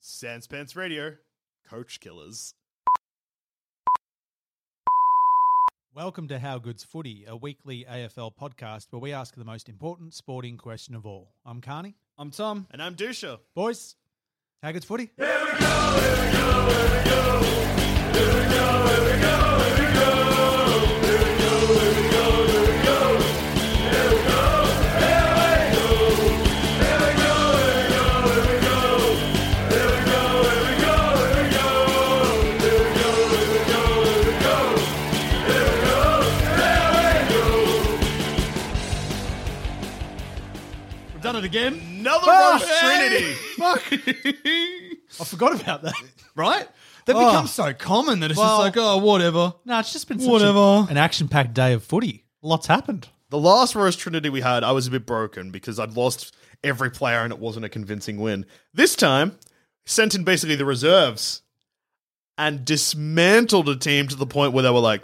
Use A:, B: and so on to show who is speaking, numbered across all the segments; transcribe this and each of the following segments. A: Sans Pants Radio, Coach Killers.
B: Welcome to How Good's Footy, a weekly AFL podcast where we ask the most important sporting question of all. I'm Carney. I'm Tom.
A: And I'm Dusha.
B: Boys, How Good's Footy?
C: We've done it again,
A: Another
B: Ah,
A: Ross Trinity.
B: I forgot about that.
C: right? They've
B: Oh.
C: become so common that it's
B: Well-
C: just like, oh, whatever.
B: No, it's just been such
C: Whatever.
B: A, an action-packed day of footy. Lots happened.
A: The last Ross Trinity we had, I was a bit broken because I'd lost every player and it wasn't a convincing win. This time, sent in basically the reserves and dismantled a team to the point where they were like,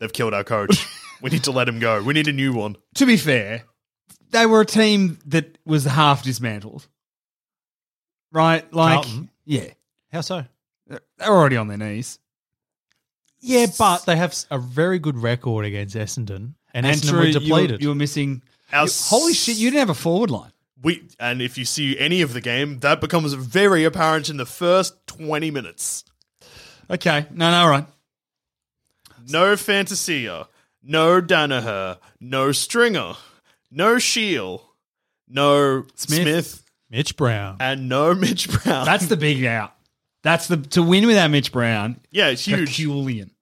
A: they've killed our coach. we need to let him go. We need a new one.
C: To be fair, they were a team that was half dismantled, right? Like,
B: Carlton?
C: yeah,
B: How so?
C: they're they're already on their knees.
B: Yeah, but they have s- a very good record against Essendon, and,
C: And
B: Essendon
C: true,
B: were
C: you were-
B: depleted.
C: You were missing.
A: Our
C: you- holy shit! You didn't have a forward line.
A: We and if you see any of the game, that becomes very apparent in the first twenty minutes.
C: Okay, no, no, all right.
A: No Fantasia, no Danaher, no Stringer, no Shield, no Smith.
C: Smith.
B: Mitch Brown.
A: and no Mitch Brown.
C: That's the big out. That's the to win without Mitch Brown.
A: yeah, it's huge.
C: Herculean.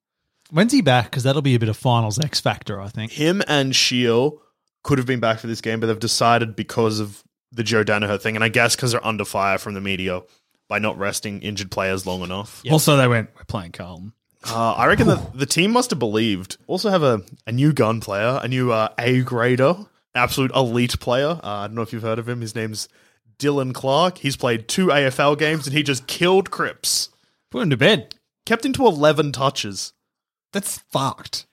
B: When's he back? Because that'll be a bit of finals X factor, I think.
A: Him and Shield could have been back for this game, but they've decided because of the Joe Danaher thing, and I guess because they're under fire from the media by not resting injured players long enough.
C: Also, they went. We're playing Carlton.
A: Uh, I reckon that the team must have believed. Also, have a, a new gun player, a new uh, A grader, absolute elite player. Uh, I don't know if you've heard of him. His name's Dylan Clark. He's played two AFL games and he just killed Crips.
C: Put him to bed.
A: Kept him to 11 touches.
C: That's fucked.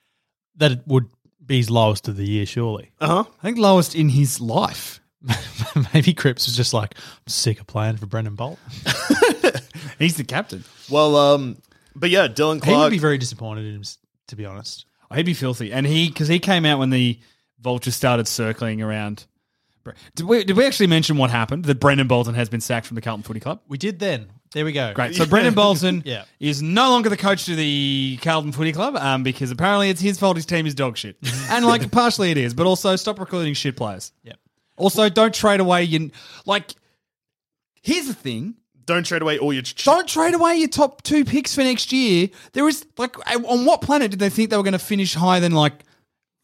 B: That would be his lowest of the year, surely.
A: Uh huh.
C: I think lowest in his life.
B: Maybe Cripps was just like, I'm sick of playing for Brendan Bolt.
C: He's the captain.
A: Well, um, but yeah, Dylan
B: He would
A: Clark.
B: be very disappointed in him, s- to be honest.
C: Oh, he'd be filthy. And he, because he came out when the vultures started circling around. Bre- Did we, did we actually mention what happened? That Brendan Bolton has been sacked from the Carlton Footy Club?
B: We did then. There we go.
C: Great. So Brendan Bolton
B: Yeah.
C: is no longer the coach to the Carlton Footy Club um, because apparently it's his fault his team is dog shit. and like partially it is, but also stop recruiting shit players.
B: Yep.
C: Also don't trade away your like here's the thing.
A: don't trade away all your. Ch-
C: Don't trade away your top two picks for next year. There is like on what planet did they think they were going to finish higher than like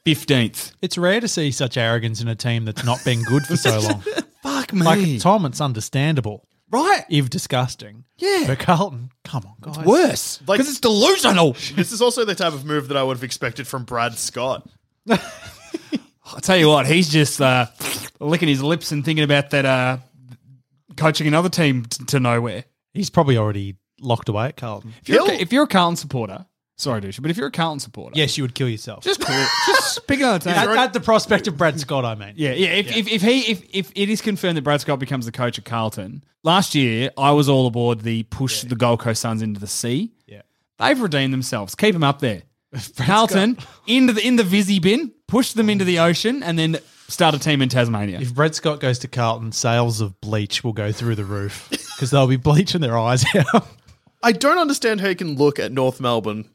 C: 15th?
B: It's rare to see such arrogance in a team that's not been good for so long.
C: Fuck me.
B: like, Tom, it's understandable,
C: right?
B: if disgusting.
C: Yeah.
B: But Carlton, come on, guys.
C: Worse. Because
A: Like-
C: it's delusional.
A: this is also the type of move that I would have expected from Brad Scott.
C: I'll tell you what, he's just uh, licking his lips and thinking about that uh, coaching another team t- to nowhere.
B: He's probably already locked away at Carlton.
C: If you're, a,
A: He'll-
C: if you're a Carlton supporter, sorry, Dusha, but if you're a Carlton supporter,
B: Yes, you would kill yourself.
C: just, call- just pick another team.
B: at, at the prospect of Brad Scott, I mean.
C: Yeah, yeah. If, If, if he if, if it is confirmed that Brad Scott becomes the coach at Carlton, last year I was all aboard the push the Gold Coast Suns into the sea.
B: Yeah.
C: They've redeemed themselves. Keep them up there. Carlton into the in the Vizzy bin, push them into the ocean, and then start a team in Tasmania.
B: Mm. If Brett Scott goes to Carlton, sales of bleach will go through the roof because they'll be bleaching their eyes out.
A: I don't understand how you can look at North Melbourne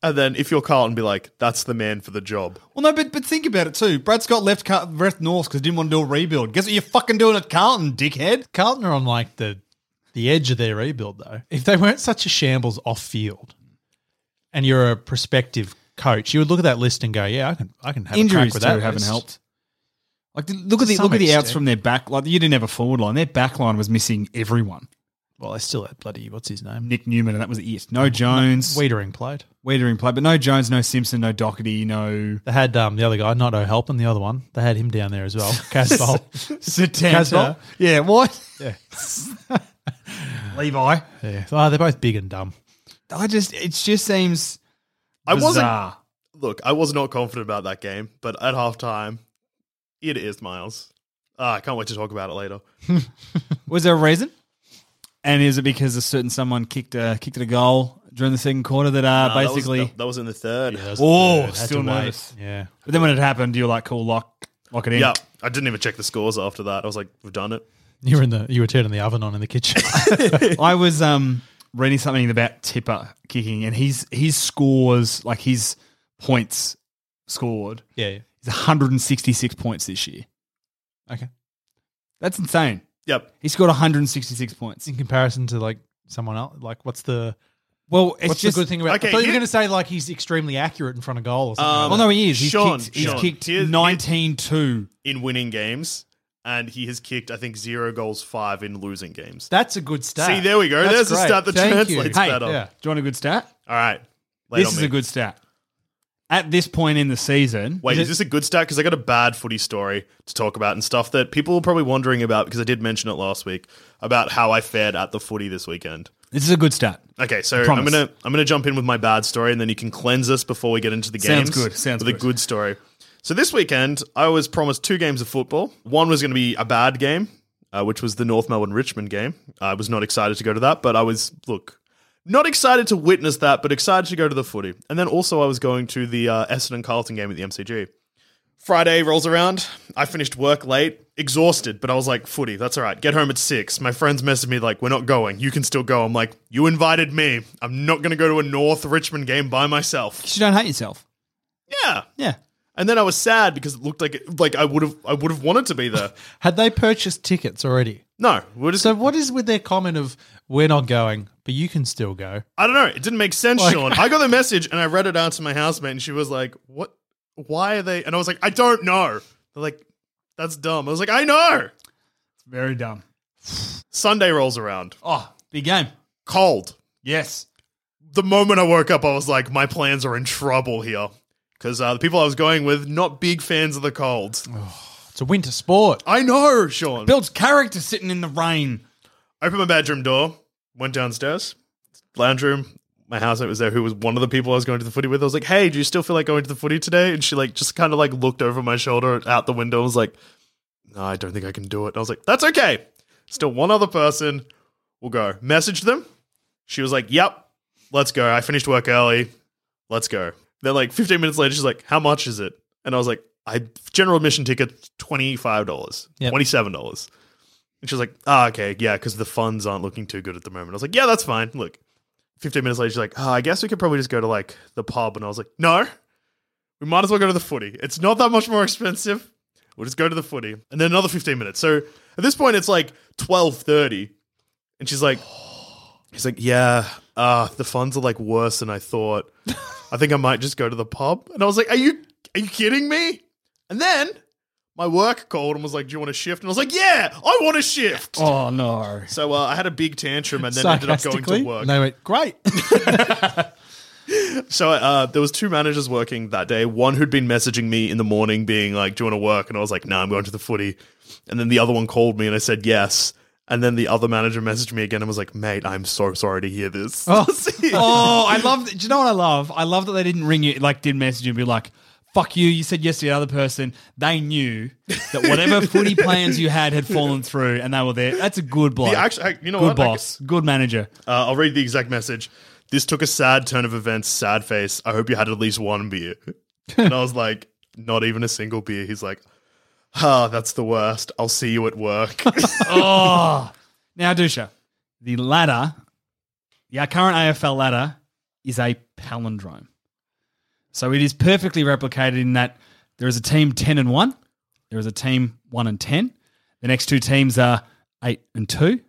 A: and then if you're Carlton be like, that's the man for the job.
C: Well, no, but but think about it too. Brad Scott left Car- left North because he didn't want to do a rebuild. Guess what you're fucking doing at Carlton, dickhead.
B: Carlton are on like the the edge of their rebuild though. If they weren't such a shambles off field, and you're a prospective coach, you would look at that list and go, "Yeah, I can, I can have a crack
C: Injuries
B: with
C: too
B: that."
C: haven't
B: list."
C: helped. Like the, look at the
B: some
C: look at the outs
B: extent.
C: from their back. Like you didn't have a forward line. Their back line was missing everyone.
B: Well, they still had bloody what's his name?
C: Nick Newman, and that was it. No Jones. Wait,
B: Wiedering played.
C: Weeder in play, but no Jones, no Simpson, no Doherty, no
B: They had um, the other guy, not O'Helpin, the other one. They had him down there as well. Casbolt.
C: Satanta.
B: Casbolt?
C: Yeah, what?
B: Yeah.
C: Levi.
B: yeah. Oh, they're both big and dumb.
C: I just it just seems
A: I wasn't-
C: bizarre.
A: Look, I was not confident about that game, but at halftime, it is Miles. Ah, I can't wait to talk about it later.
C: Was there a reason? And is it because a certain someone kicked a kicked a goal during the second quarter that uh,
A: Uh, that was-
C: basically?
A: that that was, in the third.
B: Yeah, that was
C: Oh,
B: the third. Had
C: still
B: to wait.
C: nervous.
B: Yeah.
C: but then when it happened, you were like, "Cool, lock lock it in."
A: Yeah, I didn't even check the scores after that. I was like, we've done it.
B: You were in the you were turning the oven on in the kitchen.
C: I was um, reading something about Tipper kicking, and his his scores like his points scored
B: yeah.
C: is 166 points this year.
B: Okay.
C: That's insane.
A: Yep.
C: He scored 166 points.
A: Mm-hmm.
B: In comparison to like someone else, like what's the
C: Well, it's
B: what's
C: just
B: the good thing about?
A: Okay,
B: I thought you
A: here-
B: were going to say like he's extremely accurate in front of goal or something.
A: Um,
C: Well, no, he is. He's
A: Sean,
C: kicked. He's
A: Sean.
C: kicked
A: Here's-
C: 19-2.
A: In winning games, and he has kicked, I think, zero goals, five in losing games.
B: That's a good stat.
A: See, there we go. There's a stat that translates
B: Hey,
A: better.
B: yeah.
C: Do you want a good stat?
A: All right. Lay it
C: this
A: on
C: is
A: me.
C: a good stat. At this point in the season,
A: Wait, is, this a good stat? Because I got a bad footy story to talk about and stuff that people were probably wondering about because I did mention it last week about how I fared at the footy this weekend.
C: this is a good stat.
A: Okay, so I'm
C: Promise.
A: gonna I'm gonna jump in with my bad story, and then you can cleanse us before we get into the games.
C: Sounds good, sounds
A: with a
C: good.
A: good story. So this weekend, I was promised two games of football. One was going to be a bad game, uh, which was the North Melbourne Richmond game. I was not excited to go to that, but I was look not excited to witness that, but excited to go to the footy. And then also, I was going to the uh, Essendon Carlton game at the MCG. Friday rolls around. I finished work late, exhausted, but I was like, footy, that's all right. Get home at six. My friends messaged me, like, we're not going. You can still go. I'm like, you invited me. I'm not going to go to a North Richmond game by myself.
C: 'Cause you don't hate yourself.
A: Yeah.
C: Yeah.
A: And then I was sad because it looked like it, like I would have I would have wanted to be there.
B: Had they purchased tickets already?
A: No, we're just,
B: So what is with their comment of we're not going, but you can still go?
A: I don't know. It didn't make sense,
B: Like-
A: Sean. I got the message and I read it out to my housemate, and she was like, "What? Why are they?" And I was like, "I don't know." They're like, "That's dumb." I was like, "I know."
C: Very dumb.
A: Sunday rolls around,
C: Oh, big game.
A: cold.
C: Yes.
A: the moment I woke up, I was like, my plans are in trouble here. Because uh, the people I was going with, not big fans of the cold.
B: It's a winter sport.
A: I know, Sean.
C: Builds character sitting in the rain.
A: Opened my bedroom door, went downstairs, lounge room. My housemate was there, who was one of the people I was going to the footy with. I was like, hey, do you still feel like going to the footy today? And she like just kind of like looked over my shoulder out the window and was like, no, I don't think I can do it. And I was like, that's okay. Still one other person. We'll go. Message them. She was like, yep, let's go. I finished work early. Let's go. Then like 15 minutes later, she's like, how much is it? And I was like, I general admission ticket, $25,
B: Yep.
A: $27. And she was like, ah, okay, yeah, because the funds aren't looking too good at the moment. I was like, yeah, that's fine. Look, 15 minutes later, she's like, oh, I guess we could probably just go to like the pub. And I was like, no, we might as well go to the footy. It's not that much more expensive. We'll just go to the footy. And then another 15 minutes. So at this point, it's like 12.30. And she's like, he's like, yeah, uh, the funds are like worse than I thought. I think I might just go to the pub. And I was like, are you, are you kidding me? And then my work called and was like, do you want a shift? And I was like, yeah, I want a shift.
C: Oh no.
A: So uh, I had a big tantrum and then ended up going to work.
B: And they went, great.
A: So uh, there was two managers working that day. One who'd been messaging me in the morning, being like, "Do you want to work?" And I was like, "No, I'm going to the footy." And then the other one called me, and I said yes. And then the other manager messaged me again and was like, "Mate, I'm so sorry to hear this."
C: Oh, oh, I love. That. Do you know what I love? I love that they didn't ring you, like, did message you and be like, "Fuck you." You said yes to the other person. They knew that whatever footy plans you had had fallen through, and they were there. That's a good bloke.
A: Yeah, actually, I- you know
C: good
A: what? I
C: boss, good manager.
A: Uh, I'll read the exact message. This took a sad turn of events. Sad face. I hope you had at least one beer. and I was like, "Not even a single beer." He's like, Ah, that's the worst. I'll see you at work.
C: oh. Now, Dusha, the ladder, the current AFL ladder, is a palindrome. So it is perfectly replicated in that there is a team 10 and 1, there is a team 1 and 10. The next two teams are 8 and 2, 8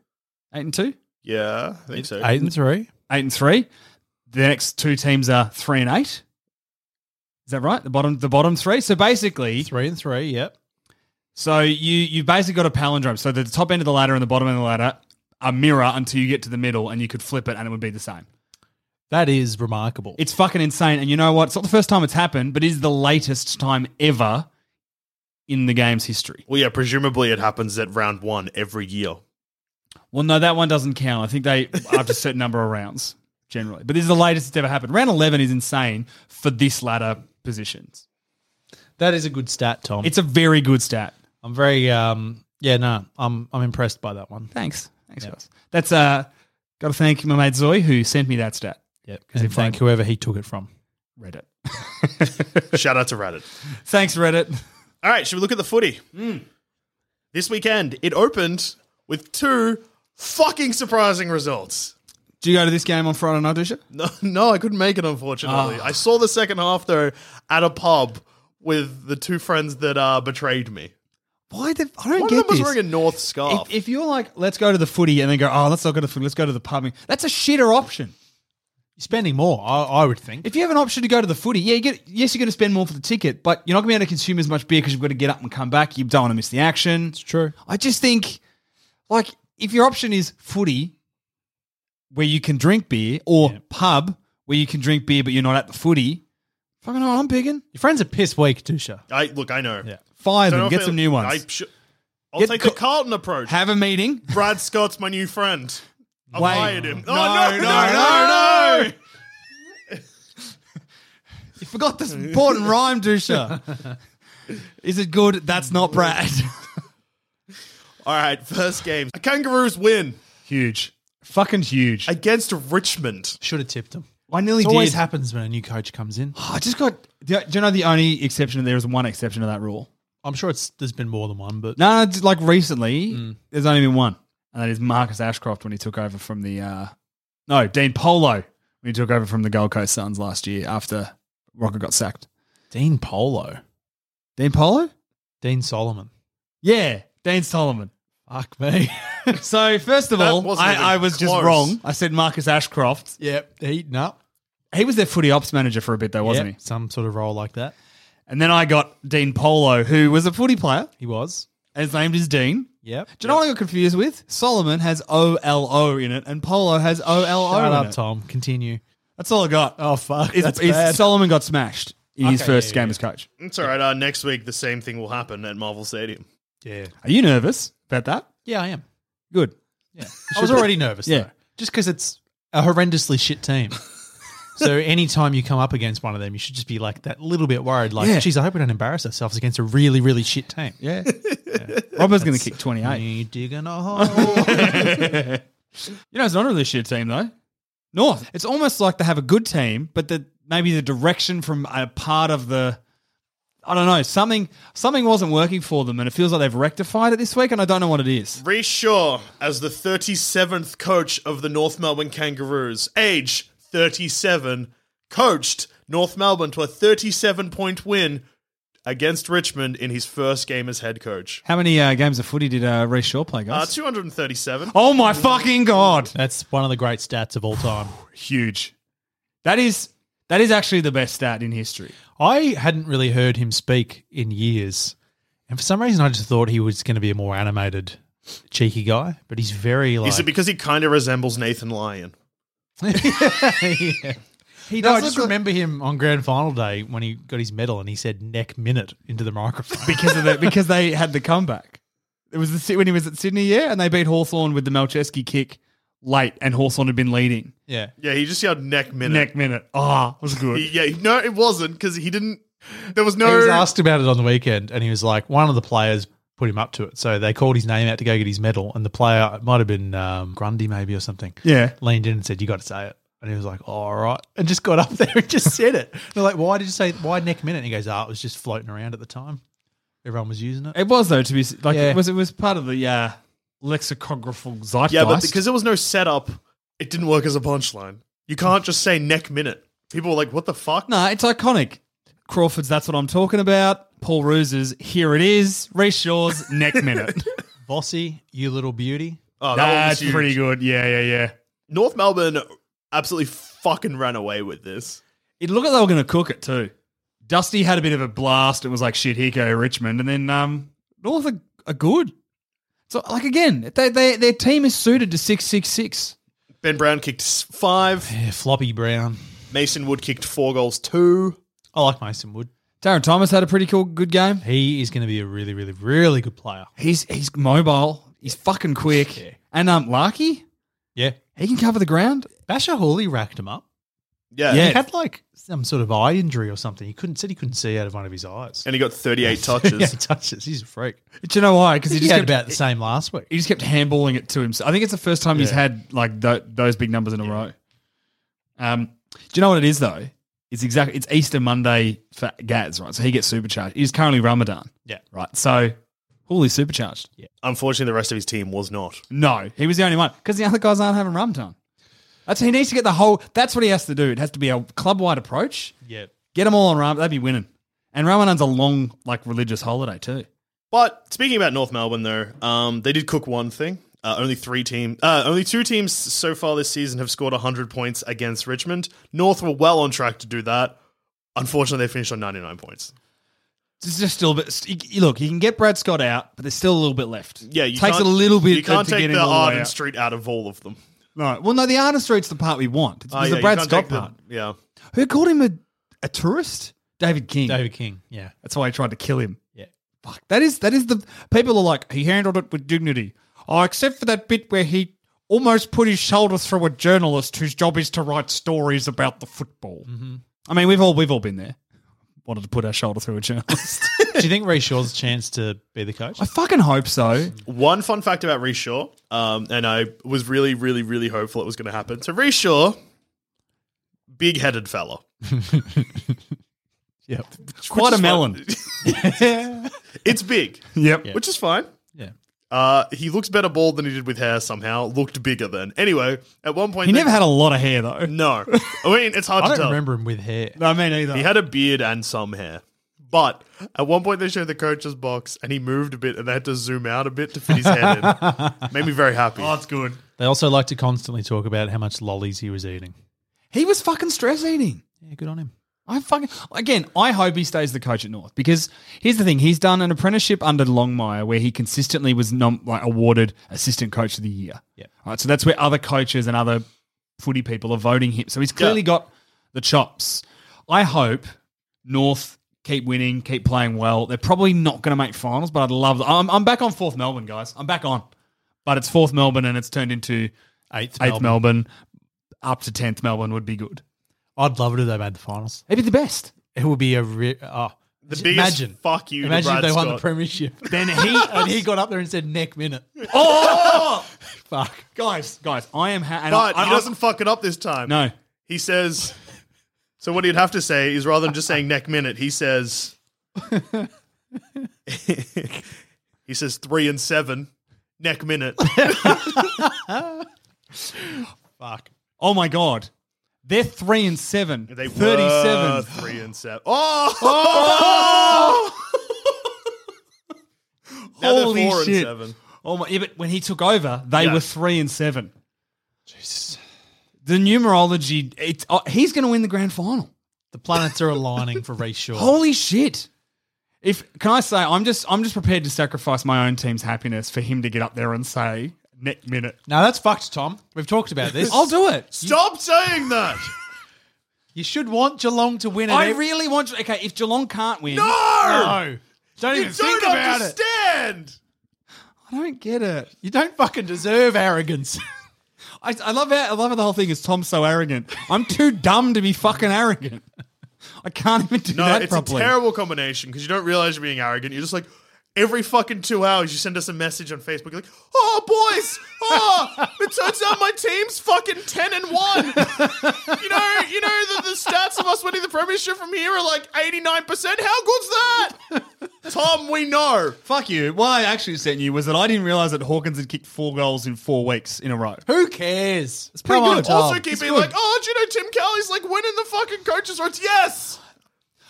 C: and 2,
A: yeah, I think so.
B: Eight and three.
C: 8 and 3. The next two teams are 3 and 8. Is that right? The bottom the bottom 3. So basically,
B: Three and three, yep.
C: so you you basically got a palindrome. So the top end of the ladder and the bottom end of the ladder are mirror until you get to the middle and you could flip it and it would be the same.
B: That is remarkable.
C: It's fucking insane. And you know what? It's not the first time it's happened, but it is the latest time ever in the game's history.
A: well, yeah, presumably it happens at round one every year.
C: Well, no, that one doesn't count. I think they after a certain number of rounds generally. But this is the latest it's ever happened. Round eleven is insane for this ladder positions.
B: that is a good stat, Tom.
C: It's a very good stat.
B: I'm very um yeah, no, I'm I'm impressed by that one.
C: Thanks. Thanks, guys. That's uh gotta thank my mate Zoe who sent me that stat.
B: Yep. And thank whoever he took it from.
C: Reddit.
A: Shout out to Reddit.
C: Thanks, Reddit.
A: All right, should we look at the footy?
C: Hmm.
A: This weekend, it opened with two fucking surprising results.
C: Do you go to this game on Friday night, Dusha?
A: No, no, I couldn't make it, unfortunately.
C: Ah.
A: I saw the second half, though, at a pub with the two friends that uh, betrayed me.
C: Why the I
A: One
C: don't
A: of
C: get
A: them was
C: this.
A: wearing a North scarf.
C: If, if you're like, let's go to the footy, and then go, oh, let's not go to the footy, let's go to the pub. That's a shitter option.
B: You're spending more, I, I would think.
C: If you have an option to go to the footy, yeah, you get, yes, you're going to spend more for the ticket, but you're not going to be able to consume as much beer because you've got to get up and come back. You don't want to miss the action. It's
B: true.
C: I just think, like, if your option is footy, where you can drink beer, or pub, where you can drink beer, but you're not at the footy, fucking know what I'm picking.
B: Your friends are piss weak, Dusha.
A: I Look, I know.
B: Yeah.
C: Fire
A: Don't know
C: them,
A: if
C: get
A: it-
C: some new ones.
A: I should- I'll
C: Get
A: take
C: Co-
A: the Carlton approach.
C: have a meeting.
A: Brad Scott's my new friend. I've
C: Wait.
A: hired him.
C: No,
A: Oh, no,
C: no,
A: no, no,
C: no.
A: no,
C: You forgot this important rhyme, Dusha. Is it good? That's not Brad.
A: All right, first game. Kangaroos win
C: Huge. Fucking huge. I,
A: against Richmond.
B: Should have tipped them.
C: I nearly
B: It always
C: did. Oh,
B: happens when a new coach comes in.
C: I just got. Do you know the only exception? There is one exception to that rule.
B: I'm sure it's there's been more than one, but
C: No, no, just like recently, there's only been one, and that is Marcus Ashcroft when he took over from the. Uh, no, Dean Polo when he took over from the Gold Coast Suns last year after Rocker got sacked.
B: Dean Polo,
C: Dean Polo?
B: Dean Solomon.
C: Yeah, Dean Solomon.
B: Fuck me.
C: So first of
A: That
C: all,
A: wasn't
C: I,
A: even
C: I was just
A: close.
C: wrong. I said Marcus Ashcroft.
B: yep, eating up.
C: He was their footy ops manager for a bit though, wasn't
B: Yep, Some sort of role like that.
C: he? And then I got Dean Polo, who was a footy player.
B: He was.
C: and His name is Dean.
B: Yep.
C: Do you know what I got confused with? Solomon has O L O in it, and Polo has O L O.
B: Shut
C: in
B: up,
C: it.
B: Tom. Continue.
C: That's all I got.
B: Oh, fuck,
C: It's,
B: that's
C: it's-
B: bad.
C: Solomon got smashed in his
B: Okay,
C: first
B: yeah,
C: game
B: yeah.
C: as coach.
A: It's all right. Uh, next week, the same thing will happen at Marvel Stadium.
B: Yeah.
C: Are you nervous about that?
B: Yeah, I am.
C: Good.
B: Yeah. I was already nervous.
C: Yeah.
B: Though, just because it's a horrendously shit team. so anytime you come up against one of them, you should just be like that little bit worried. Like,
C: Yeah.
B: geez, I hope we don't embarrass ourselves against a really, really shit team.
C: Yeah. Robbo's going to kick 28. You
B: You digging a hole?
C: know, it's not really a shit team, though. North. It's almost like they have a good team, but the, maybe the direction from a part of the. I don't know. Something something wasn't working for them, and it feels like they've rectified it this week, and I don't know what it is.
A: Reece Shaw as the 37th coach of the North Melbourne Kangaroos, age 37, coached North Melbourne to a 37 point win against Richmond in his first game as head coach.
C: How many uh, games of footy did uh, Ray Shaw play,
A: Uh,
C: guys?
A: 237.
C: oh my fucking god!
B: That's one of the great stats of all time.
C: Huge. That is that is actually the best stat in history.
B: I hadn't really heard him speak in years. And for some reason, I just thought he was going to be a more animated, cheeky guy. But he's very like.
A: Is it because he kind of resembles Nathan Lyon?
B: he
C: does
B: no, I
C: look
B: just
C: like-
B: remember him on grand final day when he got his medal and he said neck minute into the microphone.
C: because of the, because they had the comeback. It was the, Sy- when he was at Sydney, yeah, and they beat Hawthorn with the Malcheski kick late, and Hawthorn had been leading.
B: yeah.
A: Yeah, he just yelled neck minute.
C: Neck minute, ah, was good.
A: He- yeah, he- no, it wasn't because he didn't. There was no.
B: He was asked about it on the weekend, and he was like, one of the players put him up to it. So they called his name out to go get his medal, and the player, it might have been um, Grundy maybe or something,
C: Yeah.
B: leaned in and said, you got to say it. And he was like, all right. And just got up there and just said it. They're like, why did you say, why neck minute? And he goes, ah, it was just floating around at the time. Everyone was using it.
C: It was though to be s- like
B: Yeah.
C: it was it was part of the uh, lexicographical zeitgeist.
A: Yeah, but because there was no setup, it didn't work as a punchline. You can't just say neck minute. People were like, what the fuck?
C: no, it's iconic. Crawford's that's what I'm talking about. Paul Roos's here it is. Reece Shaw's neck minute.
B: Bossy, you little beauty.
A: Oh, that one was
C: that's
A: huge.
C: pretty good. Yeah, yeah, yeah.
A: North Melbourne absolutely fucking ran away with this.
C: It looked like they were going to cook it too. Dusty had a bit of a blast. It was like shit. Here go Richmond, and then um, North are, are good. So like again, they, they their team is suited to six six six.
A: Ben Brown kicked s- five.
B: Yeah, floppy brown.
A: Mason Wood kicked four goals, two.
B: I like Mason Wood.
C: Darren Thomas had a pretty cool good game.
B: He is going to be a really, really, really good player.
C: He's he's mobile. He's fucking quick.
B: Yeah.
C: And um, Larky,
B: Yeah.
C: he can cover the ground.
B: Basher Hawley racked him up.
A: Yeah.
B: He had like some sort of eye injury or something. He couldn't said he couldn't see out of one of his eyes.
A: And he got 38
B: yeah, he
A: touches.
B: touches. He's a freak.
C: Do you know why? Because
B: He,
C: he just
B: had
C: kept,
B: about the same last week.
C: he just kept handballing it to himself. I think it's the first time he's had like th- those big numbers in a row. Um, do you know what it is though? It's exactly it's Easter Monday for Gaz, right? So he gets supercharged. He's currently Ramadan,
B: yeah.
C: right? So Hooley's supercharged.
A: Unfortunately, the rest of his team was not.
C: No, he was the only one because the other guys aren't having Ramadan. That's he needs to get the whole. That's what he has to do. It has to be a club wide approach.
B: Yeah.
C: Get them all on Ramadan. That'd be winning. And Ramadan's a long, like, religious holiday too.
A: But speaking about North Melbourne, though, um, they did cook one thing. Uh, only three team, uh, only two teams so far this season have scored 100 points against Richmond. North were well on track to do that. Unfortunately, they finished on 99 points.
C: It's just still a bit. st- you- Look, you can get Brad Scott out, but there's still a little bit left.
A: Yeah, you
C: takes
A: can't-
C: a little bit.
A: You can't
C: to
A: take
C: get him
A: the
C: all way
A: Arden
C: out.
A: Street out of all of them.
C: No, well, no, the Arden Street's the part we want. It's,
A: Oh,
C: it's
A: yeah,
C: the
A: you
C: Brad
A: can't
C: Scott
A: take the-
C: part.
A: yeah.
C: Who called him a, a tourist? David King.
B: David King. Yeah.
C: That's why he tried to kill him.
B: Yeah.
C: Fuck. That is that is the people are like he handled it with dignity. Oh, except for that bit where he almost put his shoulder through a journalist whose job is to write stories about the football. I mean, we've all we've all been there. Wanted to put our shoulder through a journalist.
B: Do you think Ray Shaw's chance to be the coach?
C: I fucking hope so.
A: One fun fact about Reshaw, um, and I was really, really, really hopeful it was going to happen. So Reshaw, big headed fella.
B: Yep.
C: Quite
A: is
C: a melon.
A: It's big,
C: yep.
A: which is fine.
B: Yeah.
A: Uh, he looks better bald than he did with hair somehow. Looked bigger then. Anyway, at one point.
C: He
A: they-
C: never had a lot of hair though.
A: No. I mean, it's hard
B: I
A: to
B: don't
A: tell.
B: remember him with hair.
C: No, me neither.
A: He had a beard and some hair. But at one point, they showed the coach's box and he moved a bit and they had to zoom out a bit to fit his head in. Made me very happy.
C: oh, it's good.
B: They also like to constantly talk about how much lollies he was eating.
C: He was fucking stress eating.
B: Yeah, good on him.
C: I fucking again. I hope he stays the coach at North because here's the thing: he's done an apprenticeship under Longmire where he consistently was nom- like awarded assistant coach of the year.
B: Yeah.
C: All right, so that's where other coaches and other footy people are voting him. So he's clearly
A: Yeah.
C: got the chops. I hope North keep winning, keep playing well. They're probably not going to make finals, but I'd love. I'm, I'm back on fourth Melbourne, guys. I'm back on, but it's fourth Melbourne and it's turned into
B: Eighth,
C: eighth Melbourne. Up to tenth Melbourne would be good.
B: I'd love it if they made the finals.
C: It'd be the best.
B: It would be a re- oh,
A: The
B: just
A: biggest
B: imagine.
A: fuck you to
B: Imagine if
A: Brad
B: they won the
A: Scott.
B: premiership.
C: Then he
B: and he got up there and said neck minute.
C: Oh,
B: Fuck.
C: guys, guys, I am. Ha- and
A: But
C: I- I-
A: he doesn't fuck it up this time.
C: no,
A: He says, so what he'd have to say is rather than just saying neck minute, he says, he says three and seven, neck minute.
B: Fuck.
C: oh my god, they're three and seven.
A: They were
C: Thirty-seven.
A: three and seven. Oh! Now they're
C: Holy
A: four and
C: shit.
A: seven.
C: Oh my! Yeah, but when he took over, they
A: Yeah.
C: were three and seven. Jesus. The numerology. It's oh, he's going to win the grand final.
B: The planets are aligning for Ray Shaw.
C: Holy shit! If can I say, I'm just I'm just prepared to sacrifice my own team's happiness for him to get up there and say next minute.
B: now that's fucked, Tom. We've talked about this.
C: I'll do it.
A: Stop saying that!
B: You should want Geelong to win. at
C: I
B: every-
C: really want. Okay, if Geelong can't win,
B: no. Don't
A: You
B: even
A: don't
B: think about it.
A: understand!
C: I don't get it.
B: You don't fucking deserve arrogance.
C: I, I love how I love how the whole thing is Tom's so arrogant. I'm too dumb to be fucking arrogant. I can't even do
A: No,
C: that
A: it's
C: properly.
A: a terrible combination because you don't realize you're being arrogant. You're just like, Every fucking two hours, you send us a message on Facebook. You're like, "Oh, boys! Oh, it turns out my team's fucking ten and one. You know, you know the, the stats of us winning the premiership from here are like eighty nine percent. How good's that, Tom? We know.
C: Fuck you. What I actually sent you was that I didn't realize that Hawkins had kicked four goals in four weeks in a row.
B: Who cares? It's
A: Pretty good. Also, keep being like, "Oh, do you know Tim Kelly's like winning the fucking coaches' votes?" Yes,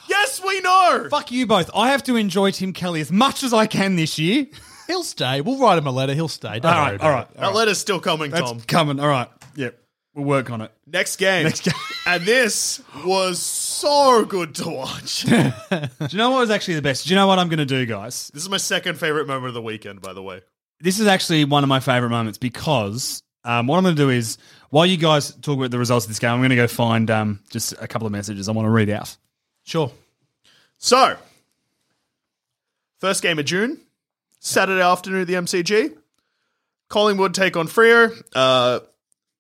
A: yes, we know.
C: Fuck you both. I have to enjoy Tim Kelly as much as I can this year.
B: He'll stay. We'll write him a letter. He'll stay. Don't
C: All
B: worry
C: right,
B: about
C: all right.
B: it.
A: That letter's still coming,
C: That's
A: Tom.
C: coming. All right. Yep. We'll work on it.
A: Next game.
C: Next game.
A: and this was so good to watch.
C: Do you know what was actually the best? Do you know what I'm going to do, guys?
A: This is my second favorite moment of the weekend, by the way.
C: this is actually one of my favorite moments because um, what I'm going to do is while you guys talk about the results of this game, I'm going to go find um, just a couple of messages I want to read out.
B: Sure.
A: So, first game of June, Saturday afternoon at the MCG. Collingwood take on Freo. Uh,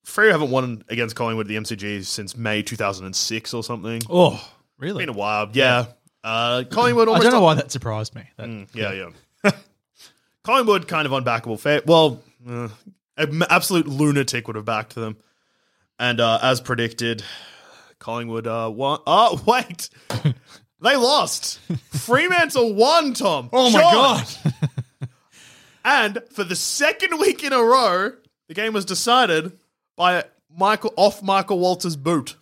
A: Freo haven't won against Collingwood at the MCG since May 2006 or something. It's
B: Oh, really?
A: been a while, yeah. Uh, Collingwood
B: I
A: almost
B: don't know why that surprised me. That,
A: Yeah, yeah. Collingwood kind of unbackable. Fair. Well, uh, an absolute lunatic would have backed them. And uh, as predicted, Collingwood uh, won. Oh, wait. they lost. Fremantle won, Tom.
C: Oh my
A: God. and for the second week in a row, the game was decided by Michael off Michael Walters' boot.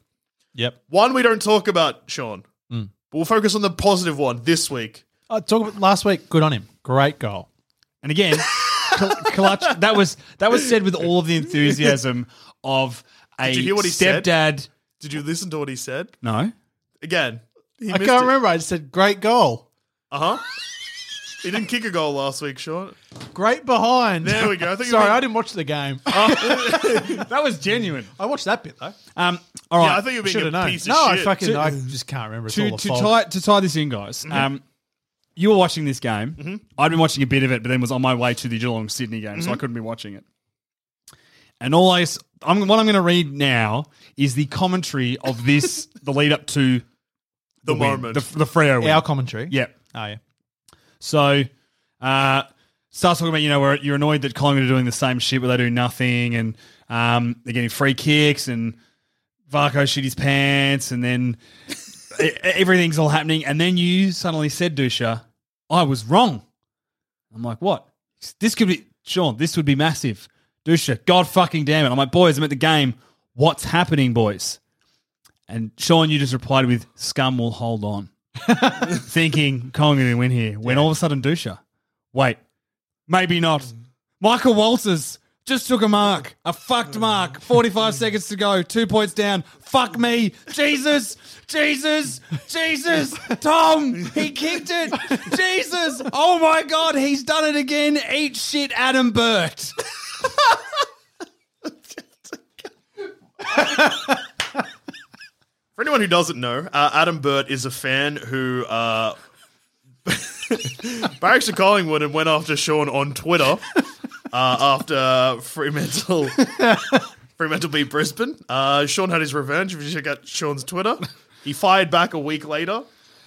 B: Yep.
A: One we don't talk about, Sean.
C: Hmm.
A: But we'll focus on the positive one this week.
B: Uh, talk about last week. Good on him. Great goal.
C: And again, cl- clutch. That was that was said with all of the enthusiasm of a
A: Did you hear what he said?
C: stepdad.
A: Did you listen to what he said?
C: No,
A: Again, he
B: I
A: missed
B: can't remember. I just said great goal.
A: Uh huh. he didn't kick a goal last week, Sean.
B: Great behind.
A: There we go. I think
B: Sorry,
A: we-
B: I didn't watch the game.
C: that was genuine.
B: I watched that bit though.
C: Um, all right.
A: Yeah, I thought you were being
B: Should have
A: a
B: known.
A: piece of
B: no,
A: shit.
B: I fucking I just can't remember. It's all
C: to,
B: the
C: to
B: fault.
C: tie to tie this in, guys. Um, you were watching this game. I'd been watching a bit of it, but then was on my way to the Geelong Sydney game, so I couldn't be watching it. And all I, s- I'm, what I'm going to read now is the commentary of this, the lead up to the,
A: the,
C: win,
A: moment.
C: the, the Freo win.
B: our commentary.
C: yeah.
B: Oh yeah.
C: So, uh, starts talking about you know where you're annoyed that Collingwood are doing the same shit where they do nothing and um, they're getting free kicks and Varco shit his pants and then e- everything's all happening and then you suddenly said, Dusha, I was wrong. I'm like, what? This could be Sean. This would be massive. Dusha, god fucking damn it! I'm like, boys, I'm at the game. What's happening, boys? And Sean, you just replied with, "Scum will hold on." thinking Collingwood going to win here. When all of a sudden, Dusha, wait, maybe not. Michael Walters just took a mark, a fucked mark. Forty-five seconds to go, two points down. Fuck me, Jesus, Jesus, Jesus, Tom, he kicked it. Jesus, oh my God, he's done it again. Eat shit, Adam Burt.
A: For anyone who doesn't know, uh, Adam Burt is a fan who uh, barracks to Collingwood and went after Sean on Twitter uh, after Fremantle. Fremantle beat Brisbane. Uh, Sean had his revenge. If you check out Sean's Twitter, he fired back a week later.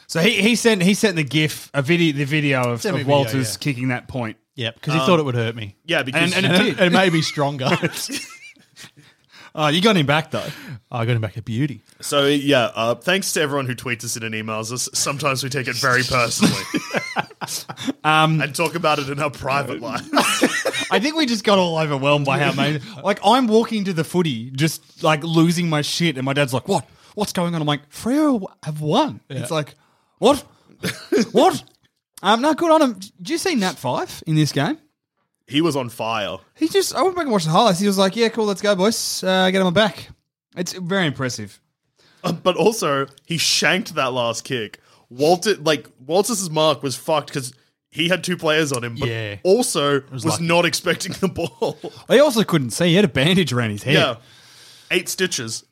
C: So he, he sent he sent the gif a video the video of,
B: Sent me a
C: of
B: video,
C: Walters
B: yeah.
C: kicking that point.
B: Yeah, because he thought it would hurt me.
A: Um, Yeah, because
C: And- and
B: And it, it made me stronger.
C: Oh, you got him back though.
B: I got him back at beauty.
A: So yeah, uh, thanks to everyone who tweets us in and emails us. Sometimes we take it very personally, um, and talk about it in our private life.
C: I think we just got all overwhelmed by how mate. Like I'm walking to the footy, just like losing my shit, and my dad's like, "What? What's going on?" I'm like, "Freo have won." It's like, "What? what?" Um, no, good on him. Did you see Nat Five in this game?
A: he was on fire.
C: He just I went back and watched the highlights. He was like, "Yeah, cool, let's go, boys. Uh, get him back." It's very impressive.
A: Uh, but also, he shanked that last kick. Walter, like Walters' mark was fucked because he had two players on him. But
B: Yeah.
A: also was,
B: lucky.
A: not expecting the ball.
C: They also couldn't see. He had a bandage around his head.
A: yeah, eight stitches.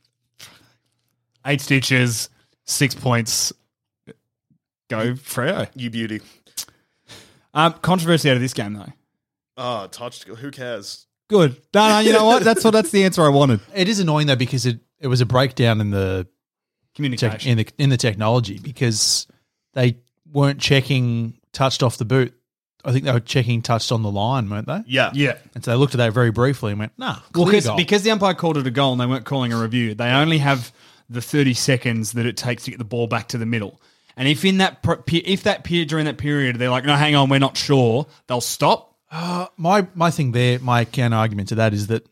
C: Eight stitches, six points. Go Freo.
A: You beauty.
C: Um, controversy out of this game though.
A: Ah, touched. Who cares?
C: Good. No, no, you know what? That's what. That's the answer I wanted.
B: It is annoying though because it, it was a breakdown in the
C: Communication.
B: tech, in the in the technology because they weren't checking touched off the boot I think they were checking touched on the line, weren't they?
A: Yeah.
C: Yeah.
B: And so they looked at that very briefly and went, nah,
C: Well,
B: clear
C: because
B: goal.
C: because the umpire called it a goal and they weren't calling a review, they only have the thirty seconds that it takes to get the ball back to the middle. And if in that per- pe- if that period during that period they're like, no, hang on, we're not sure, they'll stop.
B: Uh, my my thing there, my counter argument to that is that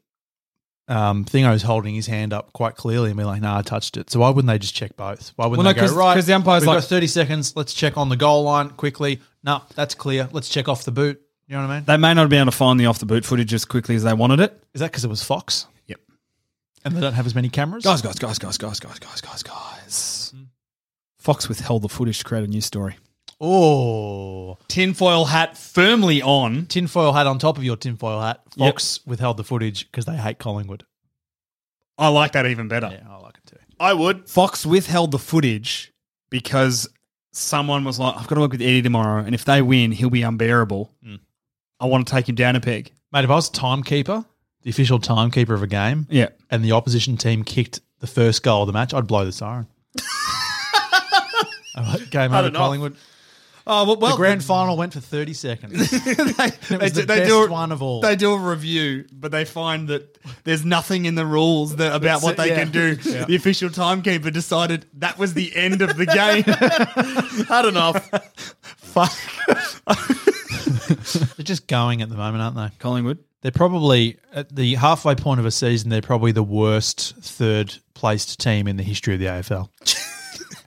B: um, Thingo's holding his hand up quite clearly and be like, "Nah, I touched it." So why wouldn't they just check both? Why wouldn't
C: Well, no,
B: they go
C: 'cause-
B: right?
C: 'cause the umpire's
B: we've
C: like-
B: got thirty seconds. Let's check on the goal line quickly. No, that's clear. Let's check off the boot. You know what I mean?
C: They may not be able to find the off the boot footage as quickly as they wanted it.
B: Is that because it was Fox
C: Yep.
B: and they don't have as many cameras?
C: Guys, guys, guys, guys, guys, guys, guys, guys, guys. Mm. Fox withheld the footage to create a new story.
B: Oh,
C: Tinfoil hat firmly on.
B: tinfoil hat on top of your tinfoil hat. Fox withheld the footage because they hate Collingwood.
C: I like that even better.
B: I like it too.
A: I would.
C: Fox withheld the footage because someone was like, I've got to work with Eddie tomorrow, and if they win, he'll be unbearable. I want to take him down a peg.
B: Mate, if I was timekeeper, the official timekeeper of a game,
C: Yeah.
B: and the opposition team kicked the first goal of the match, I'd blow the siren. All right, Game over,
A: enough.
B: Collingwood.
C: Oh, well,
B: the grand final went for 30 seconds. it
C: they,
B: was
C: do-
B: the
C: they
B: best
C: do a,
B: one of all.
C: They do a review, but they find that there's nothing in the rules that, about what they
B: yeah.
C: can do. The official timekeeper decided that was the end of the game. Had enough. Fuck.
B: They're just going at the moment, aren't they?
C: Collingwood.
B: They're probably, at the halfway point of a season, they're probably the worst third placed team in the history of the AFL.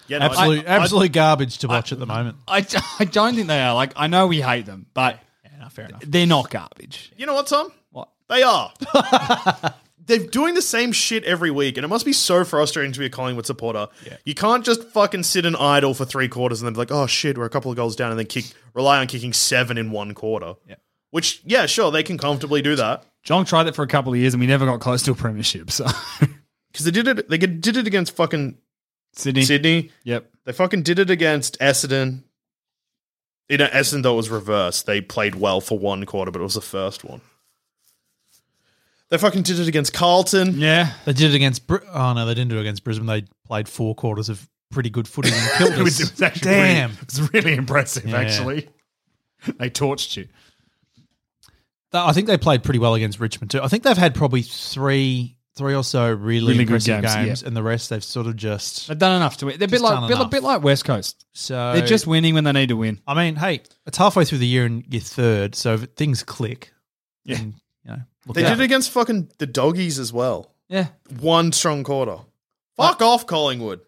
A: Yeah, no, I'd-
B: Absolute,
A: I'd-
B: absolute garbage to watch at the moment.
C: I, I don't think they are. Like, I know we hate them, but
B: fair enough.
C: they're not garbage.
A: you know what, Tom?
C: What?
A: They are. They're doing the same shit every week, and it must be so frustrating to be a Collingwood supporter. You can't just fucking sit and idle for three quarters and then be like, oh shit, we're a couple of goals down, and then kick rely on kicking seven in one quarter. Yeah. Which, yeah, sure, they can comfortably do that
C: John tried it for a couple of years and we never got close to a premiership. So
A: because they did it. They did it against fucking
C: Sydney.
A: Sydney.
C: Yep.
A: They fucking did it against Essendon. You know, Essendon though was reversed. They played well for one quarter, but it was the first one. They fucking did it against Carlton.
C: Yeah.
B: They did it against, Br- oh no, they didn't do it against Brisbane. They played four quarters of pretty good footy and killed us. Damn.
C: Really, it was really impressive,
B: Yeah.
C: actually. They torched you.
B: Th- I think they played pretty well against Richmond too. I think they've had probably three, three or so really,
C: Really good
B: impressive
C: games,
B: games,
C: yeah.
B: and the rest they've sort of just
C: They've done enough to win. They're a bit
B: Just
C: like
B: done
C: bit,
B: enough.
C: bit like West Coast.
B: so.
C: They're just winning when they need to win.
B: I mean, hey, it's halfway through the year and you're third, so if things click.
C: Yeah.
B: then, you know, look
A: They
B: out.
A: did it against fucking the doggies as well.
C: Yeah.
A: One strong quarter. Fuck off, Collingwood.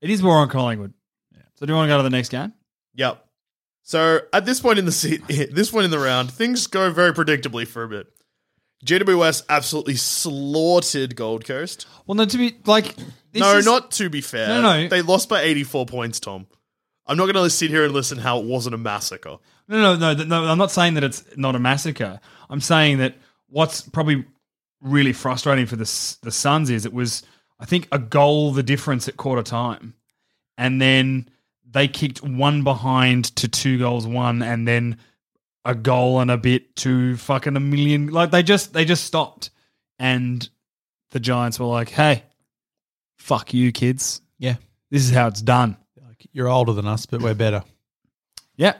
C: It is war on Collingwood. So do you want to go to the next game?
A: Yep. So at this point in the se- this point in the round, things go very predictably for a bit. GWS absolutely slaughtered Gold Coast.
C: Well, no, to be like this
A: no,
C: is-
A: not to be fair.
C: No, no.
A: They lost by 84 points, Tom. I'm not going to sit here and listen how it wasn't a massacre.
C: No, no, no, th- no. I'm not saying that it's not a massacre. I'm saying that what's probably really frustrating for the S- the Suns is it was I think a goal the difference at quarter time, and then they kicked one behind to two goals one, and then a goal and a bit to fucking a million. Like they just they just stopped, and the Giants were like, "Hey, fuck you, kids.
B: Yeah.
C: This is how it's done."
B: Like, you're older than us, but we're better.
C: Yeah,